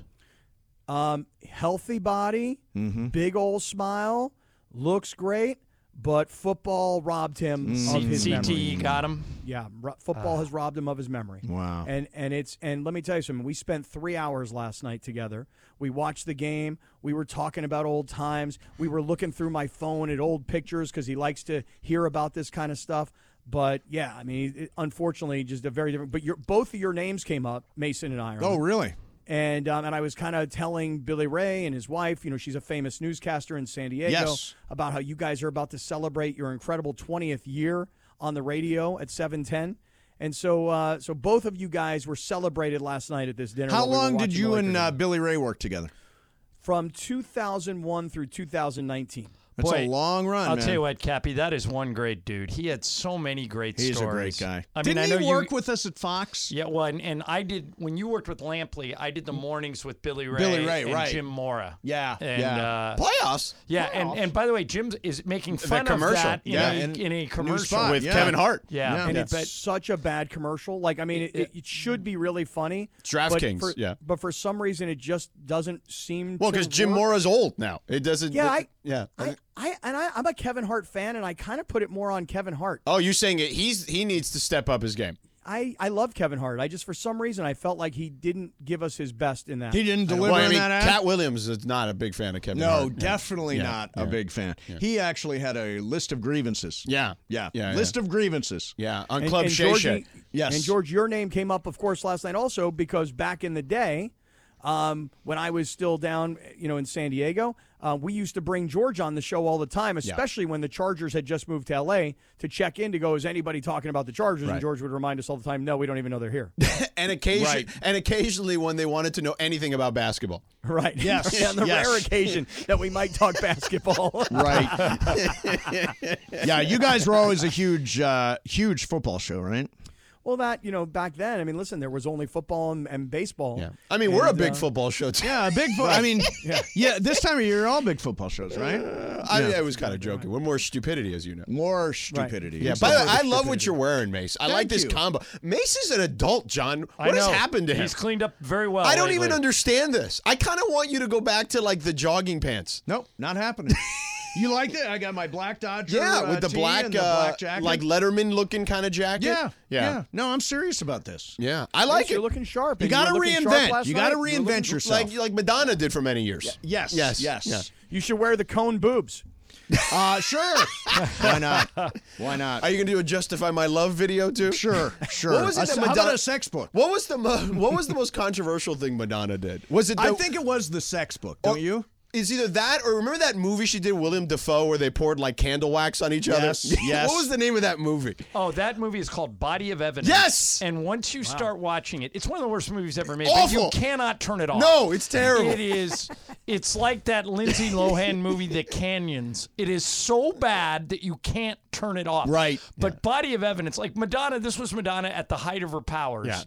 Speaker 8: Um, healthy body,
Speaker 1: Mm-hmm.
Speaker 8: big old smile, looks great, but football robbed him
Speaker 1: Mm.
Speaker 8: of his
Speaker 2: CTE
Speaker 8: memory.
Speaker 2: E got him.
Speaker 8: Yeah, ro- football has robbed him of his memory.
Speaker 1: Ah. Wow.
Speaker 8: And and it's and let me tell you something. We spent three hours last night together. We watched the game. We were talking about old times. We were looking through my phone at old pictures because he likes to hear about this kind of stuff. But yeah, I mean, it, unfortunately, just a very different. But your both of your names came up, Mason and Ireland.
Speaker 1: Oh, really?
Speaker 8: And um, and I was kind of telling Billy Ray and his wife, you know, she's a famous newscaster in San Diego,
Speaker 1: Yes.
Speaker 8: about how you guys are about to celebrate your incredible 20th year on the radio at 7:10. And so uh, so both of you guys were celebrated last night at this dinner.
Speaker 1: How
Speaker 8: while we were
Speaker 1: long did
Speaker 8: watching the
Speaker 1: you
Speaker 8: Laker
Speaker 1: and
Speaker 8: game.
Speaker 1: uh, Billy Ray work together?
Speaker 8: from 2001 through 2019?
Speaker 1: That's a long run.
Speaker 2: I'll
Speaker 1: man.
Speaker 2: tell you what, Cappy, that is one great dude. He had so many great
Speaker 1: He's a
Speaker 2: stories.
Speaker 1: great guy.
Speaker 2: I mean,
Speaker 1: Didn't
Speaker 2: I know
Speaker 1: he
Speaker 2: you-
Speaker 1: work with us at Fox?
Speaker 2: Yeah, well, and, and I did when you worked with Lampley. I did the mornings with Billy Ray,
Speaker 1: Billy Ray,
Speaker 2: and
Speaker 1: right.
Speaker 2: Jim Mora.
Speaker 1: Yeah,
Speaker 2: and,
Speaker 1: yeah.
Speaker 2: Uh,
Speaker 9: Playoffs.
Speaker 2: Yeah, and, and by the way, Jim is making
Speaker 9: The
Speaker 2: fun
Speaker 9: commercial.
Speaker 2: of that in,
Speaker 9: Yeah,
Speaker 2: a,
Speaker 9: and
Speaker 2: in a
Speaker 9: new
Speaker 2: commercial
Speaker 9: spot, With yeah. Kevin Hart.
Speaker 2: Yeah,
Speaker 8: and
Speaker 2: yeah.
Speaker 8: it's such a bad commercial. Like, I mean, it, it, it should be really funny. but
Speaker 9: DraftKings,
Speaker 8: for-
Speaker 9: yeah.
Speaker 8: But for some reason, it just doesn't seem.
Speaker 1: Oh,
Speaker 9: Well,
Speaker 8: to
Speaker 9: because Jim
Speaker 8: work.
Speaker 9: Mora's old now. It doesn't.
Speaker 8: Yeah, I-
Speaker 9: yeah.
Speaker 8: I, I and I, I'm a Kevin Hart fan, and I kind of put it more on Kevin Hart.
Speaker 9: oh, you're saying it? He's he needs to step up his game.
Speaker 8: I, I love Kevin Hart. I just for some reason I felt like he didn't give us his best in that. I don't-
Speaker 9: Well, I mean, Cat Williams is not a big fan of Kevin.
Speaker 1: No,
Speaker 9: Hart.
Speaker 1: definitely
Speaker 9: Yeah,
Speaker 1: not
Speaker 9: yeah.
Speaker 1: a big fan.
Speaker 9: Yeah.
Speaker 1: He actually had a list of grievances.
Speaker 9: Yeah.
Speaker 1: Yeah.
Speaker 9: Yeah,
Speaker 1: list of grievances.
Speaker 9: Yeah, on Club Shay
Speaker 8: Georgie-
Speaker 9: Shay.
Speaker 1: Yes.
Speaker 8: And George, your name came up, of course, last night also because back in the day, um, when I was still down, you know, in San Diego, uh, we used to bring George on the show all the time, especially when the Chargers had just moved to LA to check in to go, is anybody talking about the Chargers?
Speaker 9: Right.
Speaker 8: And George would remind us all the time, no, we don't even know they're here.
Speaker 9: and occasion
Speaker 8: Right.
Speaker 9: and occasionally when they wanted to know anything about basketball.
Speaker 8: right.
Speaker 9: Yes,
Speaker 8: on the
Speaker 9: yes.
Speaker 8: rare occasion that we might talk basketball.
Speaker 1: Right. yeah, you guys were always a huge, uh, huge football show, right?
Speaker 8: Well, that you know, back then, I mean, listen, there was only football and, and baseball. uh, Yeah,
Speaker 9: I mean, we're a big football show. Too.
Speaker 1: Yeah, a big. Fo- I mean, yeah. This time of year, all big football shows, right?
Speaker 9: I, I was kind of joking. We're more stupidity, as you know.
Speaker 1: More stupidity.
Speaker 9: Yeah. By the way, I love what you're wearing, Mace. I like this combo. Mace is an adult, John.
Speaker 2: I
Speaker 9: What has
Speaker 2: know.
Speaker 9: happened to him?
Speaker 2: He's cleaned up very well.
Speaker 9: I don't
Speaker 2: lately.
Speaker 9: even understand this. I kind of want you to go back to like the jogging pants.
Speaker 1: Nope, not happening. you liked it? I got my black Dodger.
Speaker 9: Yeah, with
Speaker 1: uh,
Speaker 9: the
Speaker 1: tee
Speaker 9: black,
Speaker 1: and the
Speaker 9: uh,
Speaker 1: black jacket.
Speaker 9: like Letterman looking kind of jacket.
Speaker 1: Yeah,
Speaker 9: yeah,
Speaker 1: yeah. No, I'm serious about this.
Speaker 9: Yeah, I like
Speaker 8: Yes, you're
Speaker 9: it.
Speaker 8: looking sharp.
Speaker 1: You
Speaker 8: and you were
Speaker 1: gotta
Speaker 8: looking sharp
Speaker 1: reinvent.
Speaker 8: last
Speaker 1: You gotta
Speaker 8: night. You're looking-
Speaker 1: reinvent yourself.
Speaker 9: Like like Madonna did for many years.
Speaker 1: Yes.
Speaker 9: Yes.
Speaker 1: Yes.
Speaker 9: Yeah.
Speaker 8: You should wear the cone boobs.
Speaker 1: Uh, sure. Why not? Why not?
Speaker 9: Are you gonna do a "Justify My Love" video too?
Speaker 1: Sure, sure.
Speaker 9: What was
Speaker 1: A
Speaker 9: it that
Speaker 1: se- how
Speaker 9: Madonna?
Speaker 1: about a sex book?
Speaker 9: What was the mo- What was the most controversial thing Madonna did? Was it? The,
Speaker 1: I think it was the sex book. Don't you?
Speaker 9: Is either that or remember that movie she did William Defoe where they poured like candle wax on each other?
Speaker 1: Yes, yes.
Speaker 9: what was the name of that movie?
Speaker 2: Oh, that movie is called Body of Evidence.
Speaker 9: Yes!
Speaker 2: And once you start watching it, it's one of the worst movies ever made.
Speaker 9: Awful.
Speaker 2: But you cannot turn it off.
Speaker 9: No, it's terrible.
Speaker 2: It is. It's like that Lindsay Lohan movie, The Canyons. It is so bad that you can't turn it off.
Speaker 9: Right.
Speaker 2: But Body of Evidence, like Madonna, this was Madonna at the height of her powers.
Speaker 9: Yeah.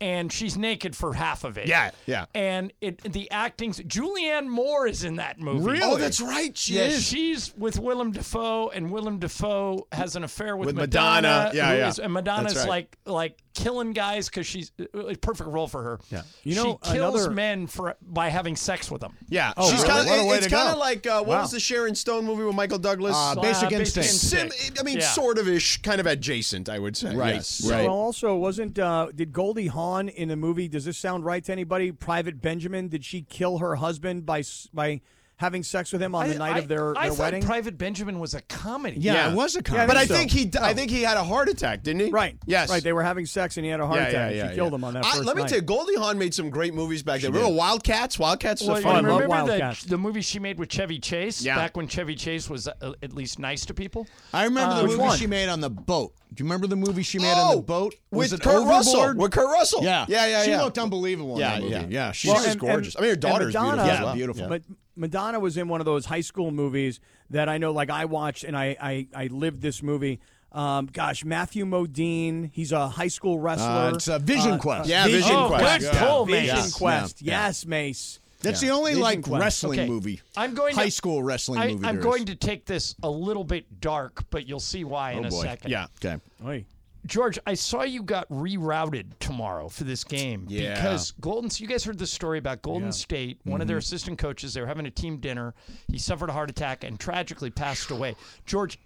Speaker 2: And she's naked for half of it.
Speaker 9: Yeah, yeah.
Speaker 2: And it the acting's Julianne Moore is in that movie.
Speaker 9: Really? Oh, that's right, she
Speaker 2: yeah,
Speaker 9: is.
Speaker 2: She's with Willem Dafoe, and Willem Dafoe has an affair with,
Speaker 9: With Madonna. Yeah,
Speaker 2: who
Speaker 9: yeah.
Speaker 2: is- and Madonna's
Speaker 9: That's right.
Speaker 2: like like killing guys because she's uh, a perfect role for her. Yeah,
Speaker 8: You know,
Speaker 2: she kills
Speaker 8: another-
Speaker 2: men for by having sex with them.
Speaker 9: Yeah,
Speaker 1: Oh,
Speaker 9: she's
Speaker 1: really?
Speaker 9: kind
Speaker 1: What a
Speaker 9: of.
Speaker 1: way
Speaker 9: It's
Speaker 1: to go.
Speaker 9: kind of like uh, what
Speaker 1: Wow.
Speaker 9: was the Sharon Stone movie with Michael Douglas?
Speaker 1: Uh, Basic
Speaker 2: Basic
Speaker 1: Instinct.
Speaker 9: Sim,
Speaker 2: Instinct.
Speaker 9: I mean,
Speaker 2: Yeah.
Speaker 9: sort of ish, kind of adjacent, I would say.
Speaker 1: Right,
Speaker 9: Yes.
Speaker 1: right.
Speaker 8: Well, also wasn't uh, did Goldie Hawn in the movie? Does this sound right to anybody? Private Benjamin. Did she kill her husband by s- by having sex with him on the night of their,
Speaker 2: I
Speaker 8: their
Speaker 2: thought
Speaker 8: wedding?
Speaker 2: Private Benjamin was a comedy.
Speaker 1: Yeah, it was a Oh. comedy.
Speaker 9: But I
Speaker 8: so.
Speaker 9: think he, d I I think he had a heart attack, didn't he?
Speaker 8: right.
Speaker 9: Yes.
Speaker 8: Right. They were having sex and he had a heart
Speaker 9: Yeah, yeah,
Speaker 8: attack. and
Speaker 9: yeah,
Speaker 8: she killed
Speaker 9: yeah.
Speaker 8: him on that
Speaker 9: I-
Speaker 8: first
Speaker 9: let me
Speaker 8: night.
Speaker 9: tell you, Goldie Hawn made some great movies back then. Remember
Speaker 1: did.
Speaker 9: Wildcats? Wildcats is
Speaker 2: Well,
Speaker 9: a
Speaker 2: you
Speaker 9: fun
Speaker 8: love
Speaker 2: remember
Speaker 8: Wildcats.
Speaker 2: the, the movie she made with Chevy Chase
Speaker 9: Yeah.
Speaker 2: back when Chevy Chase was uh, at least nice to people?
Speaker 1: I remember
Speaker 2: Uh,
Speaker 1: the
Speaker 2: which
Speaker 1: movie
Speaker 2: one?
Speaker 1: she made on the boat. Do you remember the movie she made on the
Speaker 9: Oh,
Speaker 1: boat? Was
Speaker 9: with
Speaker 1: it
Speaker 9: Kurt Russell.
Speaker 1: Overboard?
Speaker 9: With Kurt Russell.
Speaker 1: Yeah,
Speaker 9: Yeah, yeah,
Speaker 1: She
Speaker 9: yeah.
Speaker 1: looked unbelievable. in
Speaker 9: Yeah,
Speaker 1: that movie.
Speaker 9: yeah.
Speaker 1: yeah.
Speaker 9: She was gorgeous. I mean, her
Speaker 8: and
Speaker 9: daughter is beautiful
Speaker 8: Madonna-
Speaker 9: as well.
Speaker 1: Yeah, beautiful.
Speaker 9: Yeah.
Speaker 8: But Madonna was in one of those high school movies that I know, like I watched and I I, I lived this movie. Um, gosh, Matthew Modine, he's a high school wrestler.
Speaker 1: Uh, it's uh, Vision Quest.
Speaker 9: Yeah, Vision
Speaker 2: oh,
Speaker 9: Quest.
Speaker 2: good
Speaker 9: Yeah.
Speaker 2: pull,
Speaker 8: Vision
Speaker 2: Mace.
Speaker 1: Yeah.
Speaker 8: Quest.
Speaker 1: Yeah.
Speaker 8: Yes, Mace.
Speaker 1: That's
Speaker 9: Yeah.
Speaker 1: the only
Speaker 8: Vision
Speaker 1: like
Speaker 8: Quest.
Speaker 1: wrestling
Speaker 2: Okay.
Speaker 1: movie.
Speaker 2: I'm going to-
Speaker 1: high school wrestling
Speaker 2: I,
Speaker 1: movie.
Speaker 2: I'm
Speaker 1: there
Speaker 2: going
Speaker 1: is. Oh,
Speaker 2: to take this a little bit dark, but you'll see why in a second.
Speaker 9: Yeah.
Speaker 1: Okay.
Speaker 8: Oy.
Speaker 2: George, I saw you got rerouted tomorrow for this game
Speaker 9: Yeah.
Speaker 2: because Golden. You guys heard the story about Golden State. One
Speaker 1: Mm-hmm.
Speaker 2: of their assistant coaches. They were having a team dinner. He suffered a heart attack and tragically passed away. George,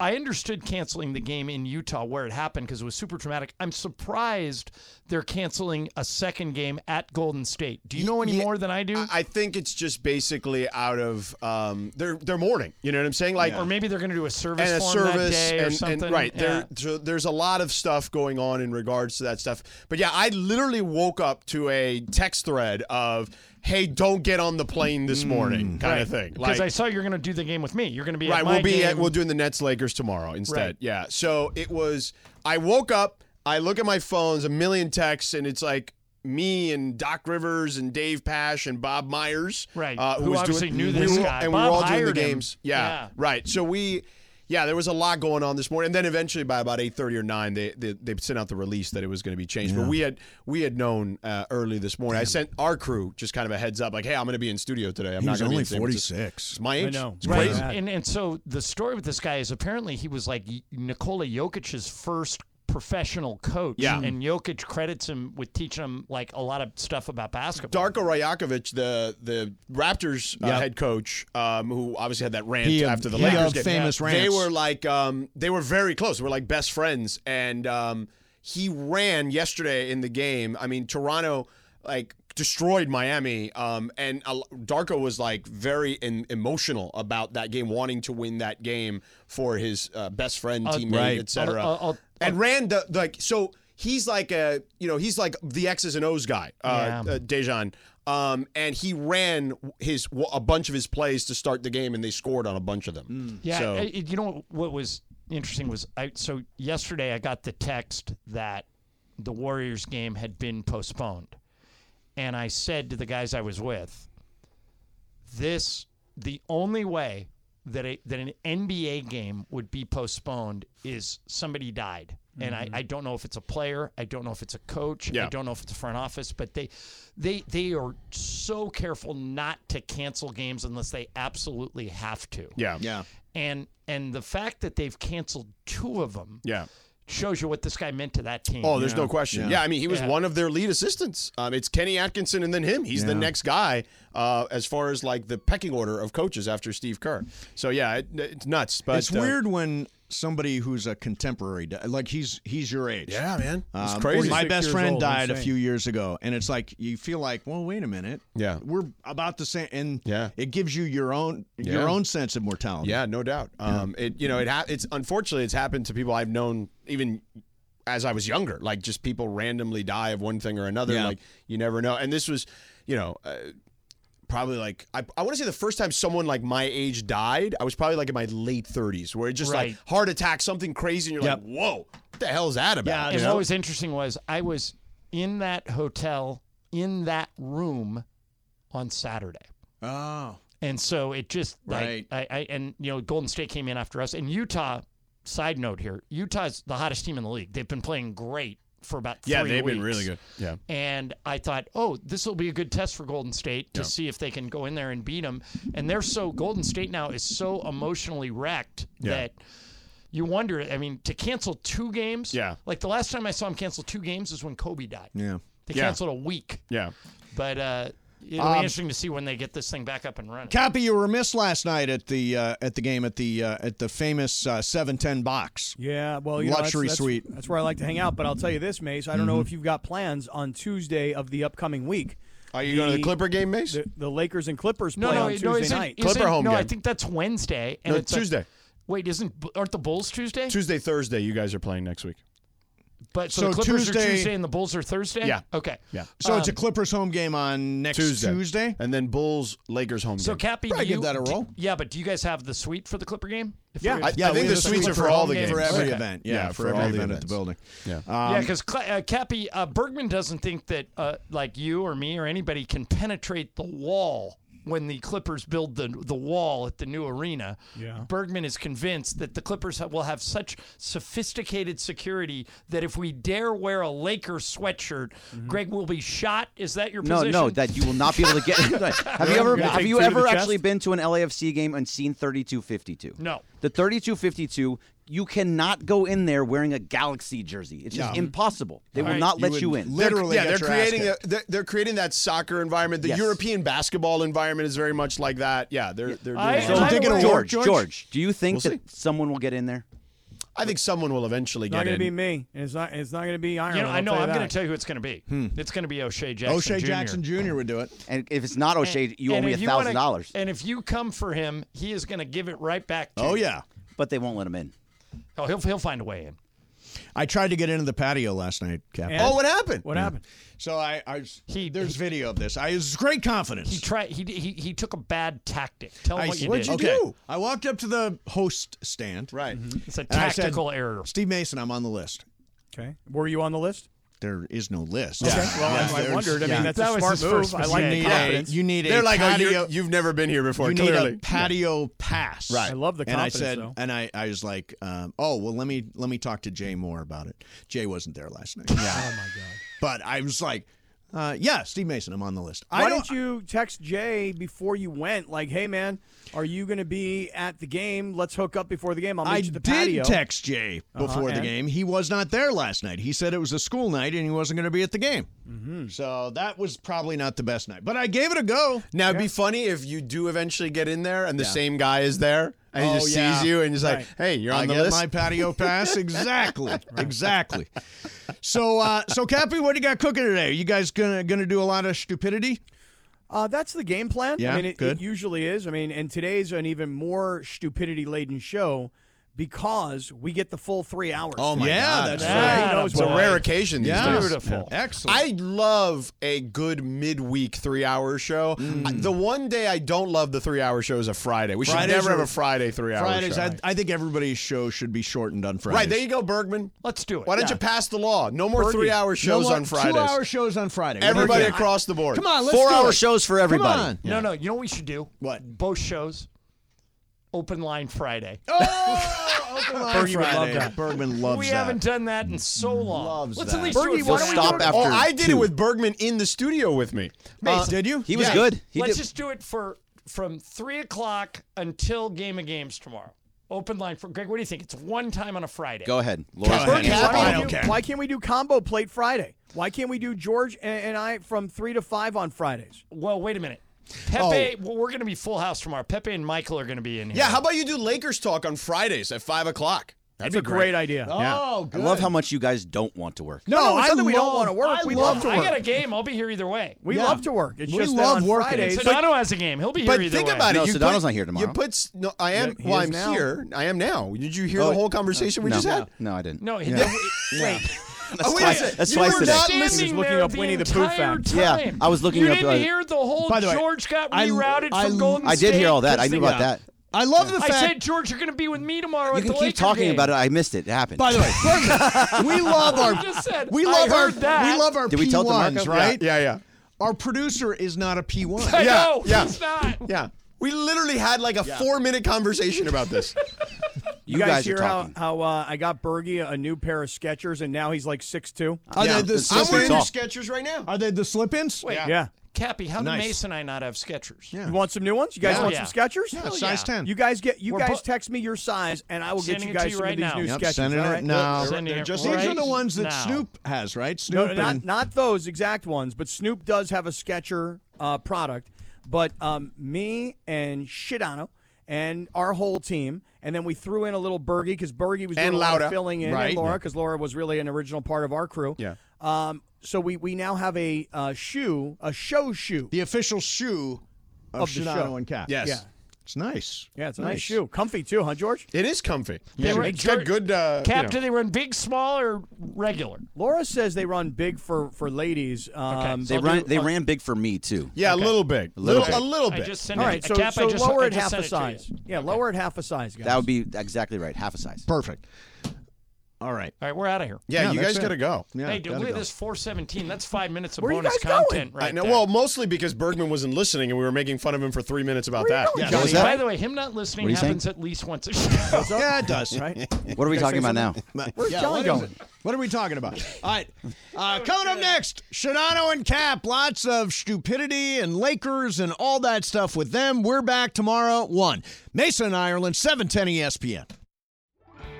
Speaker 2: I understood canceling the game in Utah where it happened because it was super traumatic. I'm surprised they're canceling a second game at Golden State. Do you know any
Speaker 9: Yeah,
Speaker 2: more than I do?
Speaker 9: I I think it's just basically out of um, they're they're mourning. You know what I'm saying? Like
Speaker 2: or maybe they're going to do a service
Speaker 9: and a
Speaker 2: for 'em
Speaker 9: service
Speaker 2: that day
Speaker 9: and,
Speaker 2: or
Speaker 9: and-
Speaker 2: something.
Speaker 9: right
Speaker 2: Yeah.
Speaker 9: there, so there's a lot of stuff going on in regards to that stuff but yeah i literally woke up to a text thread of hey don't get on the plane this morning kind of thing
Speaker 2: Because I saw you're going to do the game with me. You're going to be at
Speaker 9: right
Speaker 2: my
Speaker 9: we'll be
Speaker 2: game.
Speaker 9: at, we'll doing the nets lakers tomorrow instead
Speaker 2: Right.
Speaker 9: yeah so it was i woke up i look at my phones a million texts and it's like me and Doc Rivers and Dave Pash and Bob Myers,
Speaker 2: Right,
Speaker 9: Uh, who,
Speaker 2: who
Speaker 9: was
Speaker 2: obviously
Speaker 9: doing,
Speaker 2: knew
Speaker 9: we
Speaker 2: this
Speaker 9: were-
Speaker 2: guy.
Speaker 9: and we
Speaker 2: Bob
Speaker 9: were all doing the
Speaker 2: hired him.
Speaker 9: games. Yeah,
Speaker 2: Yeah.
Speaker 9: right. So we, yeah, there was a lot going on this morning, and then eventually by about eight thirty or nine, they, they they sent out the release that it was going to be changed. But we had we had known uh, early this morning. I sent our crew just kind of a heads up, like, hey, I'm going to be in studio today. I'm
Speaker 1: He
Speaker 9: not
Speaker 1: was
Speaker 9: gonna be
Speaker 1: only
Speaker 9: in San Francisco."
Speaker 1: 46.
Speaker 9: It's my
Speaker 8: I
Speaker 9: age.
Speaker 8: know.
Speaker 9: It's
Speaker 2: Right,
Speaker 9: crazy.
Speaker 2: and and so the story with this guy is apparently he was like Nikola Jokic's first professional coach,
Speaker 9: Yeah.
Speaker 2: and Jokic credits him with teaching him like a lot of stuff about basketball.
Speaker 9: Darko Rajakovic, the the Raptors uh,
Speaker 1: Yep.
Speaker 9: head coach, um, who obviously had that rant
Speaker 1: He of-
Speaker 9: after the
Speaker 1: he
Speaker 9: Lakers
Speaker 1: of
Speaker 9: game.
Speaker 1: famous
Speaker 9: They
Speaker 1: rants.
Speaker 9: were like um, they were very close. They were like best friends, and um, he ran yesterday in the game. I mean, Toronto like destroyed Miami, um, and uh, Darko was like very em- emotional about that game, wanting to win that game for his uh, best friend,
Speaker 2: Uh,
Speaker 9: teammate,
Speaker 2: right.
Speaker 9: etc.
Speaker 2: I'll- I'll- I'll-
Speaker 9: and ran the like so. He's like a you know he's like the X's and O's guy. Uh,
Speaker 2: Yeah.
Speaker 9: uh, Dejan. Um, and he ran his a bunch of his plays to start the game, and they scored on a bunch of them.
Speaker 2: Yeah,
Speaker 9: So-
Speaker 2: I- I- you know what was interesting was I so yesterday I got the text that the Warriors game had been postponed, and I said to the guys I was with, "This the only way that a, that an NBA game would be postponed is somebody died." And I, I don't know if it's a player, I don't know if it's a coach, I
Speaker 9: Mm-hmm. Yeah.
Speaker 2: don't know if it's a front office, but they they they are so careful not to cancel games unless they absolutely have to.
Speaker 9: Yeah. Yeah.
Speaker 2: And and the fact that they've canceled two of them
Speaker 9: Yeah.
Speaker 2: shows you what this guy meant to that team.
Speaker 9: Oh, there's no question. Yeah. I mean, he was one of their lead assistants. Um, it's Kenny Atkinson and then him. He's the
Speaker 2: Yeah.
Speaker 9: next guy uh, as far as like the pecking order of coaches after Steve Kerr. So yeah, it, it's nuts. But
Speaker 1: it's
Speaker 9: uh,
Speaker 1: weird when somebody who's a contemporary, di- like he's he's your age.
Speaker 9: Yeah, man. It's
Speaker 1: Um,
Speaker 9: crazy.
Speaker 1: My
Speaker 9: 46
Speaker 1: best
Speaker 9: years
Speaker 1: friend
Speaker 9: old,
Speaker 1: died a
Speaker 9: insane.
Speaker 1: few years ago, and it's like you feel like, well, wait a minute.
Speaker 9: Yeah.
Speaker 1: we're about the same, and
Speaker 9: Yeah.
Speaker 1: it gives you your own
Speaker 9: Yeah.
Speaker 1: your own sense of mortality.
Speaker 9: Yeah, no doubt. Um, it you know it ha- it's unfortunately it's happened to people I've known even as I was younger. Like just people randomly die of one thing or another.
Speaker 1: Yeah.
Speaker 9: Like you never know. And this was, you know. Uh, Probably like I, I want to say the first time someone like my age died, I was probably like in my late 30s, where it just
Speaker 2: Right.
Speaker 9: like heart attack, something crazy, and you're like, whoa, what the hell is that about?
Speaker 2: And
Speaker 9: You know?
Speaker 2: what was interesting was I was in that hotel in that room on Saturday.
Speaker 1: Oh.
Speaker 2: And so it just
Speaker 1: Right.
Speaker 2: like I, I and you know Golden State came in after us and Utah. Side note here, Utah's the hottest team in the league. They've been playing great for about
Speaker 9: yeah,
Speaker 2: three
Speaker 9: they've been
Speaker 2: weeks.
Speaker 9: really good. Yeah,
Speaker 2: And I thought, oh, this will be a good test for Golden State to
Speaker 9: Yeah.
Speaker 2: see if they can go in there and beat them. And they're so Golden State now is so emotionally wrecked
Speaker 9: Yeah.
Speaker 2: that you wonder. I mean, to cancel two games,
Speaker 9: Yeah.
Speaker 2: Like the last time I saw him cancel two games is when Kobe died.
Speaker 1: Yeah.
Speaker 2: They
Speaker 9: Yeah.
Speaker 2: canceled a week,
Speaker 9: yeah.
Speaker 2: but uh, it'll
Speaker 1: Um,
Speaker 2: be interesting to see when they get this thing back up and running.
Speaker 1: Copy, you were missed last night at the uh, at the game at the uh, at the famous uh, seven ten box.
Speaker 8: Yeah, well, you know, that's-
Speaker 1: luxury
Speaker 8: that's,
Speaker 1: suite.
Speaker 8: That's where I like to hang out. But I'll tell you this, Mace. I don't
Speaker 9: Mm-hmm.
Speaker 8: know
Speaker 1: Mhm.
Speaker 8: if you've got plans on Tuesday of the upcoming week.
Speaker 9: Are you going to the Clipper game, Mace?
Speaker 8: The, the Lakers and Clippers
Speaker 2: No,
Speaker 8: play
Speaker 2: no,
Speaker 8: on
Speaker 2: no,
Speaker 8: Tuesday
Speaker 2: isn't-
Speaker 8: night.
Speaker 2: isn't- no, I think that's Wednesday. And
Speaker 9: No,
Speaker 2: it's like-
Speaker 9: Tuesday.
Speaker 2: wait, isn't Bu- aren't the Bulls Tuesday?
Speaker 9: Tuesday, Thursday, you guys are playing next week.
Speaker 2: But so,
Speaker 1: So
Speaker 2: the Clippers
Speaker 1: Tuesday-
Speaker 2: are Tuesday and the Bulls are Thursday.
Speaker 9: Yeah.
Speaker 2: Okay.
Speaker 9: Yeah.
Speaker 1: So it's a Clippers home game on next
Speaker 9: Tuesday.
Speaker 1: Tuesday.
Speaker 9: and then Bulls Lakers home.
Speaker 2: So
Speaker 9: game.
Speaker 2: Cappy,
Speaker 1: Probably
Speaker 2: do you,
Speaker 1: give that a
Speaker 2: do-
Speaker 1: roll.
Speaker 2: yeah, but do you guys have the suite for the Clipper game? If
Speaker 1: Yeah.
Speaker 2: we're-
Speaker 1: I- yeah, I think the suites are for all the games. For every
Speaker 2: Okay.
Speaker 1: event. Yeah, for every event at the building.
Speaker 9: Yeah.
Speaker 2: yeah,
Speaker 1: Um,
Speaker 2: because uh, Cappy uh, Bergman doesn't think that uh, like you or me or anybody can penetrate the wall when the Clippers build the the wall at the new arena.
Speaker 6: Yeah.
Speaker 2: Bergman is convinced that the Clippers ha- will have such sophisticated security that if we dare wear a Lakers sweatshirt,
Speaker 1: Mm-hmm.
Speaker 2: Greg will be shot. Is that your
Speaker 3: No,
Speaker 2: position?
Speaker 3: no, that you will not be able to get. have you
Speaker 2: You're
Speaker 3: ever
Speaker 2: gonna
Speaker 3: have
Speaker 2: take
Speaker 3: you
Speaker 2: two to
Speaker 3: ever
Speaker 2: the
Speaker 3: actually
Speaker 2: chest?
Speaker 3: been to an LAFC game and seen 3252?
Speaker 2: No.
Speaker 3: The 3252, you cannot go in there wearing a Galaxy jersey. It's just
Speaker 9: No.
Speaker 3: impossible. They will
Speaker 9: All right.
Speaker 3: not let you in.
Speaker 9: They're, yeah, they're creating a, they're, they're creating that soccer environment. The
Speaker 3: Yes.
Speaker 9: European basketball environment is very much like that. Yeah, they're they're doing
Speaker 2: I-
Speaker 9: that.
Speaker 2: So by the way-
Speaker 3: George,
Speaker 2: George?
Speaker 3: George, do you think
Speaker 9: We'll
Speaker 3: that someone will get in there?
Speaker 9: I think someone will eventually
Speaker 8: It's not
Speaker 9: get
Speaker 8: going
Speaker 9: in.
Speaker 8: to be me. and It's not. It's not going to be Iron.
Speaker 2: You know, I know. I'm going to tell you who it's going to be. It's going to be O'Shea Jackson.
Speaker 1: Hmm. O'Shea
Speaker 2: Jr.
Speaker 1: Jackson Jr. would do it.
Speaker 3: And if it's not O'Shea, you owe
Speaker 2: And
Speaker 3: me
Speaker 2: if
Speaker 3: a
Speaker 2: wanna-
Speaker 3: thousand dollars.
Speaker 2: And if you come for him, he is going to give it right back to you.
Speaker 3: but they won't let him in.
Speaker 2: Oh, he'll he'll find a way in.
Speaker 1: I tried to get into the patio last night, Captain.
Speaker 9: oh, what happened?
Speaker 8: What happened?
Speaker 1: So I, I he, there's video of this. I it was great confidence.
Speaker 2: He tried. He he, he took a bad tactic. Tell him
Speaker 8: Oh,
Speaker 1: I,
Speaker 2: what you
Speaker 1: what'd
Speaker 2: did.
Speaker 1: you do? I walked up to the host stand. Mm-hmm.
Speaker 9: Right.
Speaker 2: It's a
Speaker 1: And I said,
Speaker 2: tactical error.
Speaker 1: Steve Mason, I'm on the list.
Speaker 8: Okay. Were you on the list?
Speaker 1: There is no list.
Speaker 8: Okay. Well, I- I
Speaker 1: there's-
Speaker 8: wondered. I mean, that's a That was smart his move. first I like
Speaker 1: You
Speaker 8: the
Speaker 1: need a-
Speaker 8: confidence.
Speaker 1: You need a
Speaker 9: They're like, oh,
Speaker 1: patio.
Speaker 9: you're- you've never been here before.
Speaker 1: you
Speaker 9: clearly,
Speaker 1: need a patio pass.
Speaker 9: Right. I love the
Speaker 1: And I
Speaker 9: confidence,
Speaker 1: said,
Speaker 9: though.
Speaker 1: and I, I was like, um, oh well, let me let me talk to Jay Moore about it. Jay wasn't there last night. Yeah. oh my god. But I was like, uh, yeah, Steve Mason, I'm on the list.
Speaker 8: Why
Speaker 1: I don't.
Speaker 8: didn't you text Jay before you went? Like, hey man, are you going to be at the game? Let's hook up before the game. I'll meet
Speaker 1: I
Speaker 8: you at the
Speaker 1: did
Speaker 8: patio.
Speaker 1: text Jay
Speaker 8: Uh-huh,
Speaker 1: before the
Speaker 8: and?
Speaker 1: game. He was not there last night. He said it was a school night and he wasn't going to be at the game.
Speaker 8: Mm-hmm.
Speaker 1: So that was probably not the best night. But I gave it a go.
Speaker 9: Now it'd be funny if you do eventually get in there and the
Speaker 1: Yeah.
Speaker 9: same guy is there and he
Speaker 1: Oh,
Speaker 9: just
Speaker 1: yeah.
Speaker 9: sees you and he's like,
Speaker 1: Right.
Speaker 9: "Hey, you're on
Speaker 1: I
Speaker 9: the
Speaker 1: get
Speaker 9: list."
Speaker 1: My patio pass, exactly, exactly. So, uh, so Cappy, what do you got cooking today? You guys gonna gonna do a lot of stupidity?
Speaker 8: Uh, that's the game plan.
Speaker 1: Yeah,
Speaker 8: I mean, it,
Speaker 1: good.
Speaker 8: it usually is. I mean, and today's an even more stupidity laden show because we get the full three hours. today.
Speaker 1: yeah, that's
Speaker 8: Nobody
Speaker 1: right.
Speaker 8: knows
Speaker 9: Oh, It's a
Speaker 8: what-
Speaker 9: rare occasion these
Speaker 1: Yeah.
Speaker 9: days.
Speaker 1: Beautiful. Yeah. Excellent.
Speaker 9: I love a good midweek three-hour show. I- The one day I don't love the three-hour show is a Friday. We should
Speaker 1: Mm. Fridays
Speaker 9: never have
Speaker 1: are-
Speaker 9: a Friday three-hour
Speaker 1: Fridays.
Speaker 9: show.
Speaker 1: I, I think everybody's show should be shortened on Fridays.
Speaker 9: Right, there you go, Bergman.
Speaker 2: Let's do it.
Speaker 9: Why don't
Speaker 1: Yeah.
Speaker 9: you pass the law? No more three-hour shows
Speaker 1: No,
Speaker 9: on Fridays.
Speaker 1: Two-hour shows on Friday.
Speaker 9: Everybody
Speaker 1: We're good.
Speaker 9: across the board.
Speaker 1: Come on, let's do
Speaker 9: Four-hour
Speaker 1: it.
Speaker 9: shows for
Speaker 1: Come
Speaker 9: everybody.
Speaker 1: on.
Speaker 2: No, no. You know what we should do? What? Both shows. Open Line Friday.
Speaker 1: Bergman would love that. Bergman loves
Speaker 2: we
Speaker 1: that.
Speaker 2: haven't done that in so long. Let's at
Speaker 1: that.
Speaker 2: least do
Speaker 9: Bergman,
Speaker 2: it. for-
Speaker 9: why don't we do it- Oh, I did it with Bergman in the studio with me. Uh,
Speaker 2: Mason,
Speaker 9: Yeah.
Speaker 2: Yeah. Let's just do it for from three o'clock until Game of Games tomorrow. Open line for Greg. What do you think? It's one time on a Friday.
Speaker 3: Go ahead.
Speaker 8: Bernie,
Speaker 3: Laura's
Speaker 8: why,
Speaker 3: hand is up.
Speaker 8: can't we do, why can't we do combo plate Friday? Why can't we do George and, and I from three to five on Fridays?
Speaker 2: Well, wait a minute. Pepe, well, we're going to be full house tomorrow. Pepe and Michael are going to be in here.
Speaker 9: Yeah, how about you do Lakers talk on Fridays at five o'clock?
Speaker 3: That's
Speaker 9: be
Speaker 3: a great idea.
Speaker 9: Oh,
Speaker 3: I love how much you guys don't want to work.
Speaker 9: No,
Speaker 8: it's
Speaker 9: I
Speaker 8: not that we don't
Speaker 9: love-
Speaker 8: want to work.
Speaker 9: I
Speaker 8: we
Speaker 9: love
Speaker 8: love to
Speaker 2: I
Speaker 8: work.
Speaker 2: got a game. I'll be here either way.
Speaker 8: We love to work. It's
Speaker 9: We
Speaker 8: just
Speaker 9: love
Speaker 8: that on
Speaker 9: working.
Speaker 8: Fridays.
Speaker 9: But-
Speaker 2: Sedano has a game. He'll be here
Speaker 9: But
Speaker 2: either
Speaker 9: think
Speaker 2: way.
Speaker 9: about it.
Speaker 3: No,
Speaker 9: you
Speaker 3: Sedano's
Speaker 9: put-
Speaker 3: not here tomorrow.
Speaker 9: You put s- no, I am.
Speaker 3: Yeah, he
Speaker 9: well,
Speaker 3: is
Speaker 9: I'm
Speaker 3: now.
Speaker 9: here. I am now. Did you hear
Speaker 3: Oh,
Speaker 9: the whole conversation we
Speaker 3: no.
Speaker 9: just had?
Speaker 3: No, I didn't.
Speaker 2: No,
Speaker 3: yeah.
Speaker 9: Oh, wait a
Speaker 3: why-
Speaker 9: second.
Speaker 3: that's
Speaker 9: You
Speaker 3: why I
Speaker 9: were
Speaker 3: said
Speaker 9: not
Speaker 3: that.
Speaker 9: listening.
Speaker 3: He was
Speaker 2: looking there up the Winnie the Pooh entire facts. time.
Speaker 3: Yeah, I was looking
Speaker 2: You
Speaker 3: up.
Speaker 2: didn't hear the whole
Speaker 3: By the way,
Speaker 2: George got
Speaker 3: I-
Speaker 2: rerouted
Speaker 3: I-
Speaker 2: from Golden
Speaker 3: I did
Speaker 2: State
Speaker 3: hear all that. I
Speaker 2: because
Speaker 3: knew
Speaker 2: they
Speaker 3: about
Speaker 2: got-
Speaker 3: that.
Speaker 1: I love
Speaker 2: I said, George, you're going to be with me tomorrow
Speaker 3: you
Speaker 2: at
Speaker 3: can
Speaker 2: the
Speaker 3: keep
Speaker 2: Laker
Speaker 3: talking
Speaker 2: game.
Speaker 3: about it. I missed it. It happened.
Speaker 1: By the way, Bergman, we love our
Speaker 2: I just said,
Speaker 1: we
Speaker 2: I
Speaker 1: love our
Speaker 2: heard that.
Speaker 1: we love our
Speaker 3: Did we
Speaker 1: P1s,
Speaker 3: tell DeMarco?
Speaker 1: right?
Speaker 9: Yeah, yeah.
Speaker 1: Our producer is not a P1.
Speaker 9: I
Speaker 1: yeah.
Speaker 9: know. Yeah.
Speaker 2: It's not.
Speaker 9: Yeah. We literally had like a
Speaker 8: Yeah.
Speaker 9: four-minute conversation about this.
Speaker 8: You, guys, hear how, how uh, I got Bergie a new pair of Skechers and now he's like six two.
Speaker 1: Are they the slip-ins?
Speaker 9: Skechers right now.
Speaker 1: Are they the slip-ins?
Speaker 2: Wait,
Speaker 8: yeah.
Speaker 2: Cappy, how
Speaker 8: Nice.
Speaker 2: did Mason and I not have Skechers?
Speaker 8: You want some new ones? You guys
Speaker 2: Yeah.
Speaker 8: want
Speaker 2: Yeah.
Speaker 8: some Skechers?
Speaker 2: Yeah, Hell size yeah. 10.
Speaker 8: You guys get. You
Speaker 2: We're
Speaker 8: guys
Speaker 2: bu-
Speaker 8: text me your size, and I will get
Speaker 2: Sending
Speaker 8: you
Speaker 2: it to
Speaker 8: guys
Speaker 2: you
Speaker 8: some
Speaker 2: right
Speaker 8: of these
Speaker 2: now.
Speaker 8: new
Speaker 2: Yep,
Speaker 8: Skechers.
Speaker 1: sending
Speaker 8: all
Speaker 1: it
Speaker 8: right?
Speaker 1: now.
Speaker 2: They're- they're just-
Speaker 1: These are
Speaker 2: right
Speaker 1: the ones that
Speaker 2: now.
Speaker 1: Snoop has, right? Snoop
Speaker 8: No,
Speaker 1: and-
Speaker 8: not not those exact ones, but Snoop does have a Sketcher uh, product. But um, me and Shidano and our whole team, and then we threw in a little Bergie because Bergie was doing
Speaker 9: And
Speaker 8: a lot of
Speaker 9: Laura,
Speaker 8: filling in,
Speaker 9: right.
Speaker 8: and Laura because Laura was really an original part of our crew.
Speaker 9: Yeah.
Speaker 8: Um, so we we now have a uh, shoe, a show shoe,
Speaker 1: the official shoe of,
Speaker 8: the
Speaker 1: Shinano
Speaker 8: show.
Speaker 1: and Cap.
Speaker 9: Yes.
Speaker 8: Yeah.
Speaker 1: It's nice.
Speaker 8: Yeah, it's a nice, shoe, comfy too, huh, George?
Speaker 9: It is comfy.
Speaker 2: They were-
Speaker 9: it's got good. Uh,
Speaker 2: Cap,
Speaker 9: you know.
Speaker 2: do they run big, small, or regular?
Speaker 8: Laura says they run big for for ladies. Um,
Speaker 3: They
Speaker 8: so
Speaker 3: ran.
Speaker 8: I'll do-
Speaker 3: They
Speaker 8: uh,
Speaker 3: ran big for me too.
Speaker 9: Yeah, a little big.
Speaker 3: A little
Speaker 9: A
Speaker 3: big.
Speaker 9: little
Speaker 2: I
Speaker 9: bit.
Speaker 2: just sent
Speaker 8: All
Speaker 2: it-
Speaker 8: right,
Speaker 2: a
Speaker 8: so,
Speaker 2: cap, I
Speaker 8: so
Speaker 2: just,
Speaker 8: lower
Speaker 2: I
Speaker 8: it
Speaker 2: just
Speaker 8: half
Speaker 2: sent
Speaker 8: a
Speaker 2: it to
Speaker 8: size.
Speaker 2: you.
Speaker 8: Yeah, lower it half a size, guys.
Speaker 3: That would be exactly right. Half a size.
Speaker 1: Perfect. All right.
Speaker 2: All right, we're out of here.
Speaker 9: Yeah,
Speaker 1: No,
Speaker 9: you
Speaker 1: that's
Speaker 9: guys
Speaker 1: it.
Speaker 9: got to go.
Speaker 1: Yeah,
Speaker 2: hey, dude,
Speaker 1: gotta
Speaker 2: look at
Speaker 1: go.
Speaker 2: this 417. That's five minutes of
Speaker 8: Where you
Speaker 2: bonus
Speaker 8: guys going?
Speaker 2: content right
Speaker 9: I know.
Speaker 2: there.
Speaker 9: Well, mostly because Bergman wasn't listening, and we were making fun of him for three minutes about
Speaker 8: Where you
Speaker 9: that.
Speaker 8: going,
Speaker 9: Yeah.
Speaker 8: Johnny?
Speaker 3: was that?
Speaker 2: By the way, him not listening
Speaker 3: What are you saying?
Speaker 2: happens at least once a show.
Speaker 1: Yeah, it does.
Speaker 8: Right?
Speaker 3: What are we talking about now?
Speaker 1: Where's
Speaker 8: John going?
Speaker 1: What are we talking about? All right. Uh, coming up next, Shadano and Cap. Lots of stupidity and Lakers and all that stuff with them. We're back tomorrow at 1. Mason, Ireland, 710
Speaker 9: E
Speaker 1: ESPN.